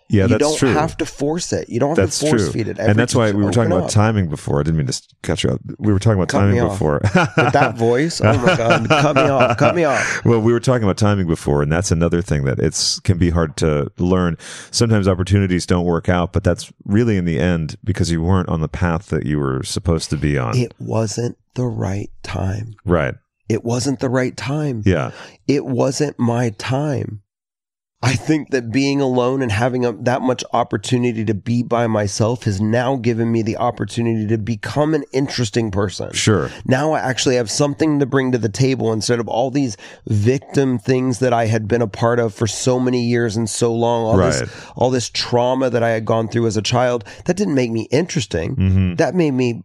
[SPEAKER 1] Yeah,
[SPEAKER 3] you
[SPEAKER 1] that's
[SPEAKER 3] don't
[SPEAKER 1] true.
[SPEAKER 3] have to force it. You don't have
[SPEAKER 1] that's
[SPEAKER 3] to force
[SPEAKER 1] true.
[SPEAKER 3] feed it.
[SPEAKER 1] and that's
[SPEAKER 3] Everything
[SPEAKER 1] why
[SPEAKER 3] just
[SPEAKER 1] we were talking
[SPEAKER 3] open
[SPEAKER 1] about
[SPEAKER 3] up.
[SPEAKER 1] timing before. I didn't mean to cut you out. We were talking about
[SPEAKER 3] Cut me
[SPEAKER 1] timing
[SPEAKER 3] off.
[SPEAKER 1] before.
[SPEAKER 3] With that voice, oh my god, cut me off, cut me off.
[SPEAKER 1] well, we were talking about timing before, and that's another thing that it's can be hard to learn. Sometimes opportunities don't work out, but that's really in the end because you weren't on the path that you were supposed to be on.
[SPEAKER 3] It wasn't the right time.
[SPEAKER 1] right.
[SPEAKER 3] It wasn't the right time.
[SPEAKER 1] Yeah.
[SPEAKER 3] it wasn't my time. I think that being alone and having a, that much opportunity to be by myself has now given me the opportunity to become an interesting person.
[SPEAKER 1] Sure.
[SPEAKER 3] Now I actually have something to bring to the table instead of all these victim things that I had been a part of for so many years and so long. All
[SPEAKER 1] Right.
[SPEAKER 3] this, all this trauma that I had gone through as a child that didn't make me interesting.
[SPEAKER 1] hmm
[SPEAKER 3] That made me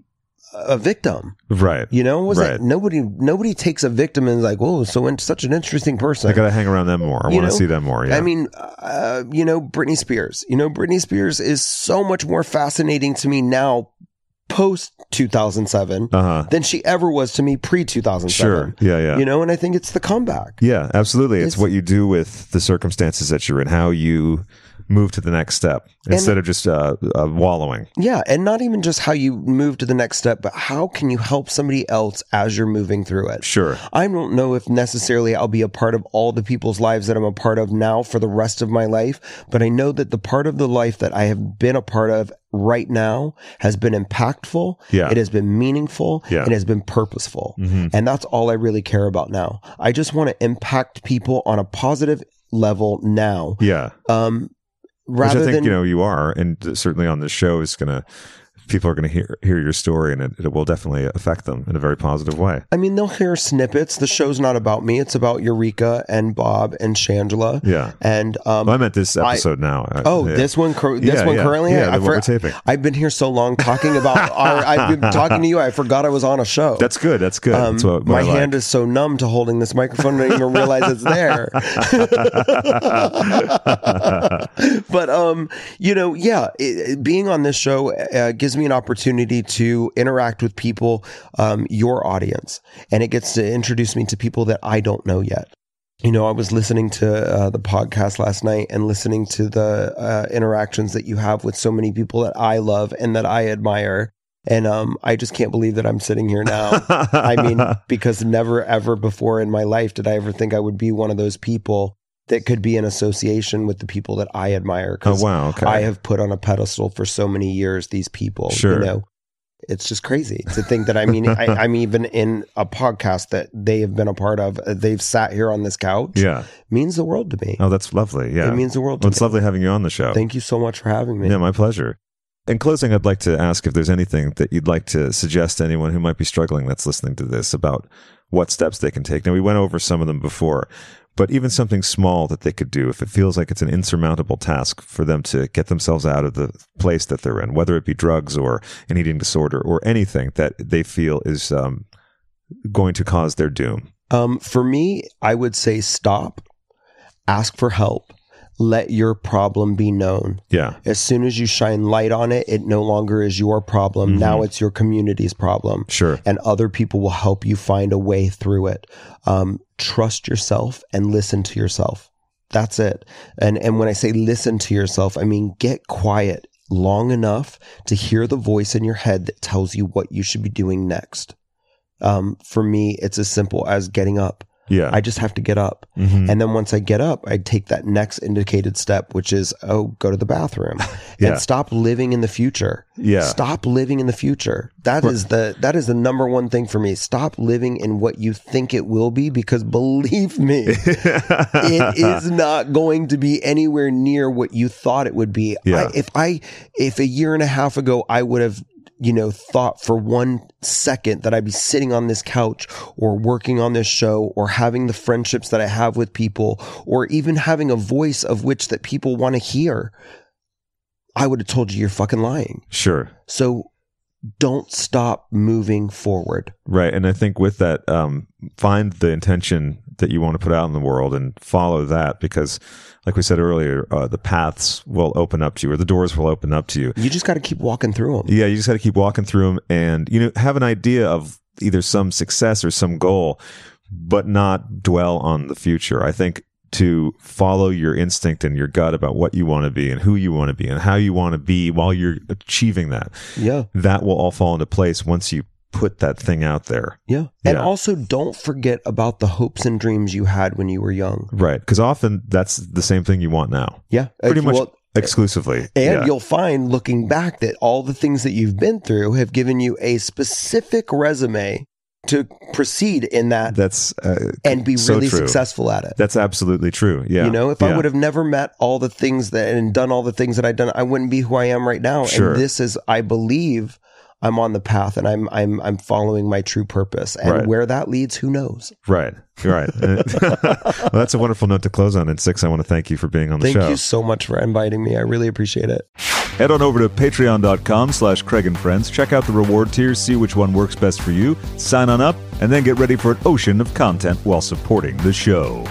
[SPEAKER 3] a victim.
[SPEAKER 1] Right.
[SPEAKER 3] You know, was
[SPEAKER 1] Right.
[SPEAKER 3] that nobody? Nobody takes a victim and is like, "Whoa, so in, such an interesting person."
[SPEAKER 1] I got to hang around them more. I
[SPEAKER 3] You
[SPEAKER 1] want to
[SPEAKER 3] know,
[SPEAKER 1] see them more. Yeah.
[SPEAKER 3] I mean, uh, you know, Britney Spears. You know, Britney Spears is so much more fascinating to me now, post two thousand seven,
[SPEAKER 1] uh huh.
[SPEAKER 3] than she ever was to me pre two thousand
[SPEAKER 1] Sure.
[SPEAKER 3] seven.
[SPEAKER 1] Yeah. Yeah.
[SPEAKER 3] You know, and I think it's the comeback.
[SPEAKER 1] yeah. Absolutely. It's,
[SPEAKER 3] It's-
[SPEAKER 1] what you do with the circumstances that you're in, how you move to the next step instead of just uh, uh, wallowing.
[SPEAKER 3] Yeah, and not even just how you move to the next step, but how can you help somebody else as you're moving through it.
[SPEAKER 1] Sure.
[SPEAKER 3] I don't know if necessarily I'll be a part of all the people's lives that I'm a part of now for the rest of my life, but I know that the part of the life that I have been a part of right now has been impactful.
[SPEAKER 1] Yeah.
[SPEAKER 3] It has been meaningful.
[SPEAKER 1] Yeah.
[SPEAKER 3] It has been purposeful.
[SPEAKER 1] Mhm.
[SPEAKER 3] And that's all I really care about now. I just want to impact people on a positive level now.
[SPEAKER 1] Yeah.
[SPEAKER 3] Um,
[SPEAKER 1] Which
[SPEAKER 3] rather
[SPEAKER 1] I think
[SPEAKER 3] than
[SPEAKER 1] you know you are, and certainly on this show is gonna people are gonna hear hear your story, and it, it will definitely affect them in a very positive way.
[SPEAKER 3] I mean, they'll hear snippets. The show's not about me. It's about Eureka and Bob and Shangela.
[SPEAKER 1] Yeah.
[SPEAKER 3] And um,
[SPEAKER 1] Well, I meant this episode now. I-
[SPEAKER 3] Oh,
[SPEAKER 1] yeah.
[SPEAKER 3] this one, cur- this
[SPEAKER 1] Yeah,
[SPEAKER 3] one
[SPEAKER 1] yeah.
[SPEAKER 3] currently.
[SPEAKER 1] Yeah,
[SPEAKER 3] I
[SPEAKER 1] the one we're taping.
[SPEAKER 3] I've been here so long talking about. our, I've been talking to you. I forgot I was on a show.
[SPEAKER 1] That's good. That's good.
[SPEAKER 3] Um,
[SPEAKER 1] that's what, what
[SPEAKER 3] my
[SPEAKER 1] I like.
[SPEAKER 3] hand is so numb to holding this microphone, I didn't even realize it's there. but um, you know, yeah, it, it- being on this show uh, gives me an opportunity to interact with people, um, your audience, and it gets to introduce me to people that I don't know yet. You know, I was listening to uh, the podcast last night and listening to the uh, interactions that you have with so many people that I love and that I admire And um, I just can't believe that I'm sitting here now. I mean,
[SPEAKER 1] Oh,
[SPEAKER 3] because never ever before in my life did I ever think I would be one of those people that could be in association with the people that I admire.
[SPEAKER 1] oh wow, okay.
[SPEAKER 3] I have put on a pedestal for so many years these people.
[SPEAKER 1] Sure.
[SPEAKER 3] You know, it's just crazy to think that I mean, I, I'm even in a podcast that they have been a part of. Uh, They've sat here on this couch.
[SPEAKER 1] yeah.
[SPEAKER 3] Means the world to me.
[SPEAKER 1] Oh, that's lovely. Yeah.
[SPEAKER 3] It means the world to
[SPEAKER 1] well, it's
[SPEAKER 3] me.
[SPEAKER 1] lovely having you on the show.
[SPEAKER 3] Thank you so much for having me.
[SPEAKER 1] Yeah, my pleasure. In closing, I'd like to ask if there's anything that you'd like to suggest to anyone who might be struggling that's listening to this about what steps they can take. Now, we went over some of them before, but even something small that they could do if it feels like it's an insurmountable task for them to get themselves out of the place that they're in, whether it be drugs or an eating disorder or anything that they feel is um, going to cause their doom.
[SPEAKER 3] Um, for me, I would say stop, ask for help, let your problem be known.
[SPEAKER 1] Yeah.
[SPEAKER 3] As soon as you shine light on it, it no longer is your problem.
[SPEAKER 1] Mhm.
[SPEAKER 3] Now it's your community's problem.
[SPEAKER 1] Sure.
[SPEAKER 3] and other people will help you find a way through it. Um, trust yourself and listen to yourself. That's it. And and when I say listen to yourself, I mean get quiet long enough to hear the voice in your head that tells you what you should be doing next. Um, for me, it's as simple as getting up.
[SPEAKER 1] Yeah.
[SPEAKER 3] I just have to get up.
[SPEAKER 1] Mhm.
[SPEAKER 3] And then once I get up, I take that next indicated step, which is, oh, go to the bathroom
[SPEAKER 1] Yeah.
[SPEAKER 3] and stop living in the future.
[SPEAKER 1] Yeah.
[SPEAKER 3] Stop living in the future. That is the that is the number one thing for me. Stop living in what you think it will be because believe me, it is not going to be anywhere near what you thought it would be.
[SPEAKER 1] Yeah.
[SPEAKER 3] I, if I if a year and a half ago I would have you know thought for one second that I'd be sitting on this couch or working on this show or having the friendships that I have with people or even having a voice of which that people want to hear, I would have told you you're fucking lying.
[SPEAKER 1] Sure.
[SPEAKER 3] So don't stop moving forward.
[SPEAKER 1] Right. And I think with that, um, find the intention that you want to put out in the world and follow that because, like we said earlier, uh, the paths will open up to you or the doors will open up to you.
[SPEAKER 3] You just got to keep walking through them.
[SPEAKER 1] Yeah. You just got to keep walking through them and, you know, have an idea of either some success or some goal, but not dwell on the future. I think to follow your instinct and your gut about what you want to be and who you want to be and how you want to be while you're achieving that,
[SPEAKER 3] Yeah.
[SPEAKER 1] that will all fall into place once you put that thing out there.
[SPEAKER 3] Yeah. And
[SPEAKER 1] Yeah.
[SPEAKER 3] also don't forget about the hopes and dreams you had when you were young.
[SPEAKER 1] Right. Because often that's the same thing you want now,
[SPEAKER 3] Yeah.
[SPEAKER 1] pretty
[SPEAKER 3] Uh,
[SPEAKER 1] much
[SPEAKER 3] well,
[SPEAKER 1] exclusively.
[SPEAKER 3] and
[SPEAKER 1] Yeah.
[SPEAKER 3] you'll find looking back that all the things that you've been through have given you a specific resume to proceed in that
[SPEAKER 1] that's uh,
[SPEAKER 3] and be
[SPEAKER 1] so
[SPEAKER 3] really
[SPEAKER 1] true.
[SPEAKER 3] successful at it.
[SPEAKER 1] That's absolutely true. Yeah.
[SPEAKER 3] You know, if I
[SPEAKER 1] Yeah.
[SPEAKER 3] would have never met all the things that and done all the things that I've done, I wouldn't be who I am right now.
[SPEAKER 1] Sure.
[SPEAKER 3] And this is, I believe, I'm on the path and I'm I'm I'm following my true purpose. And
[SPEAKER 1] Right.
[SPEAKER 3] where that leads, who knows?
[SPEAKER 1] Right. Right. well, that's a wonderful note to close on. And six, I want to thank you for being on the
[SPEAKER 3] Thank
[SPEAKER 1] show.
[SPEAKER 3] you so much for inviting me. I really appreciate it.
[SPEAKER 4] Head on over to patreon.com slash Craig and Friends, check out the reward tiers, see which one works best for you, sign on up, and then get ready for an ocean of content while supporting the show.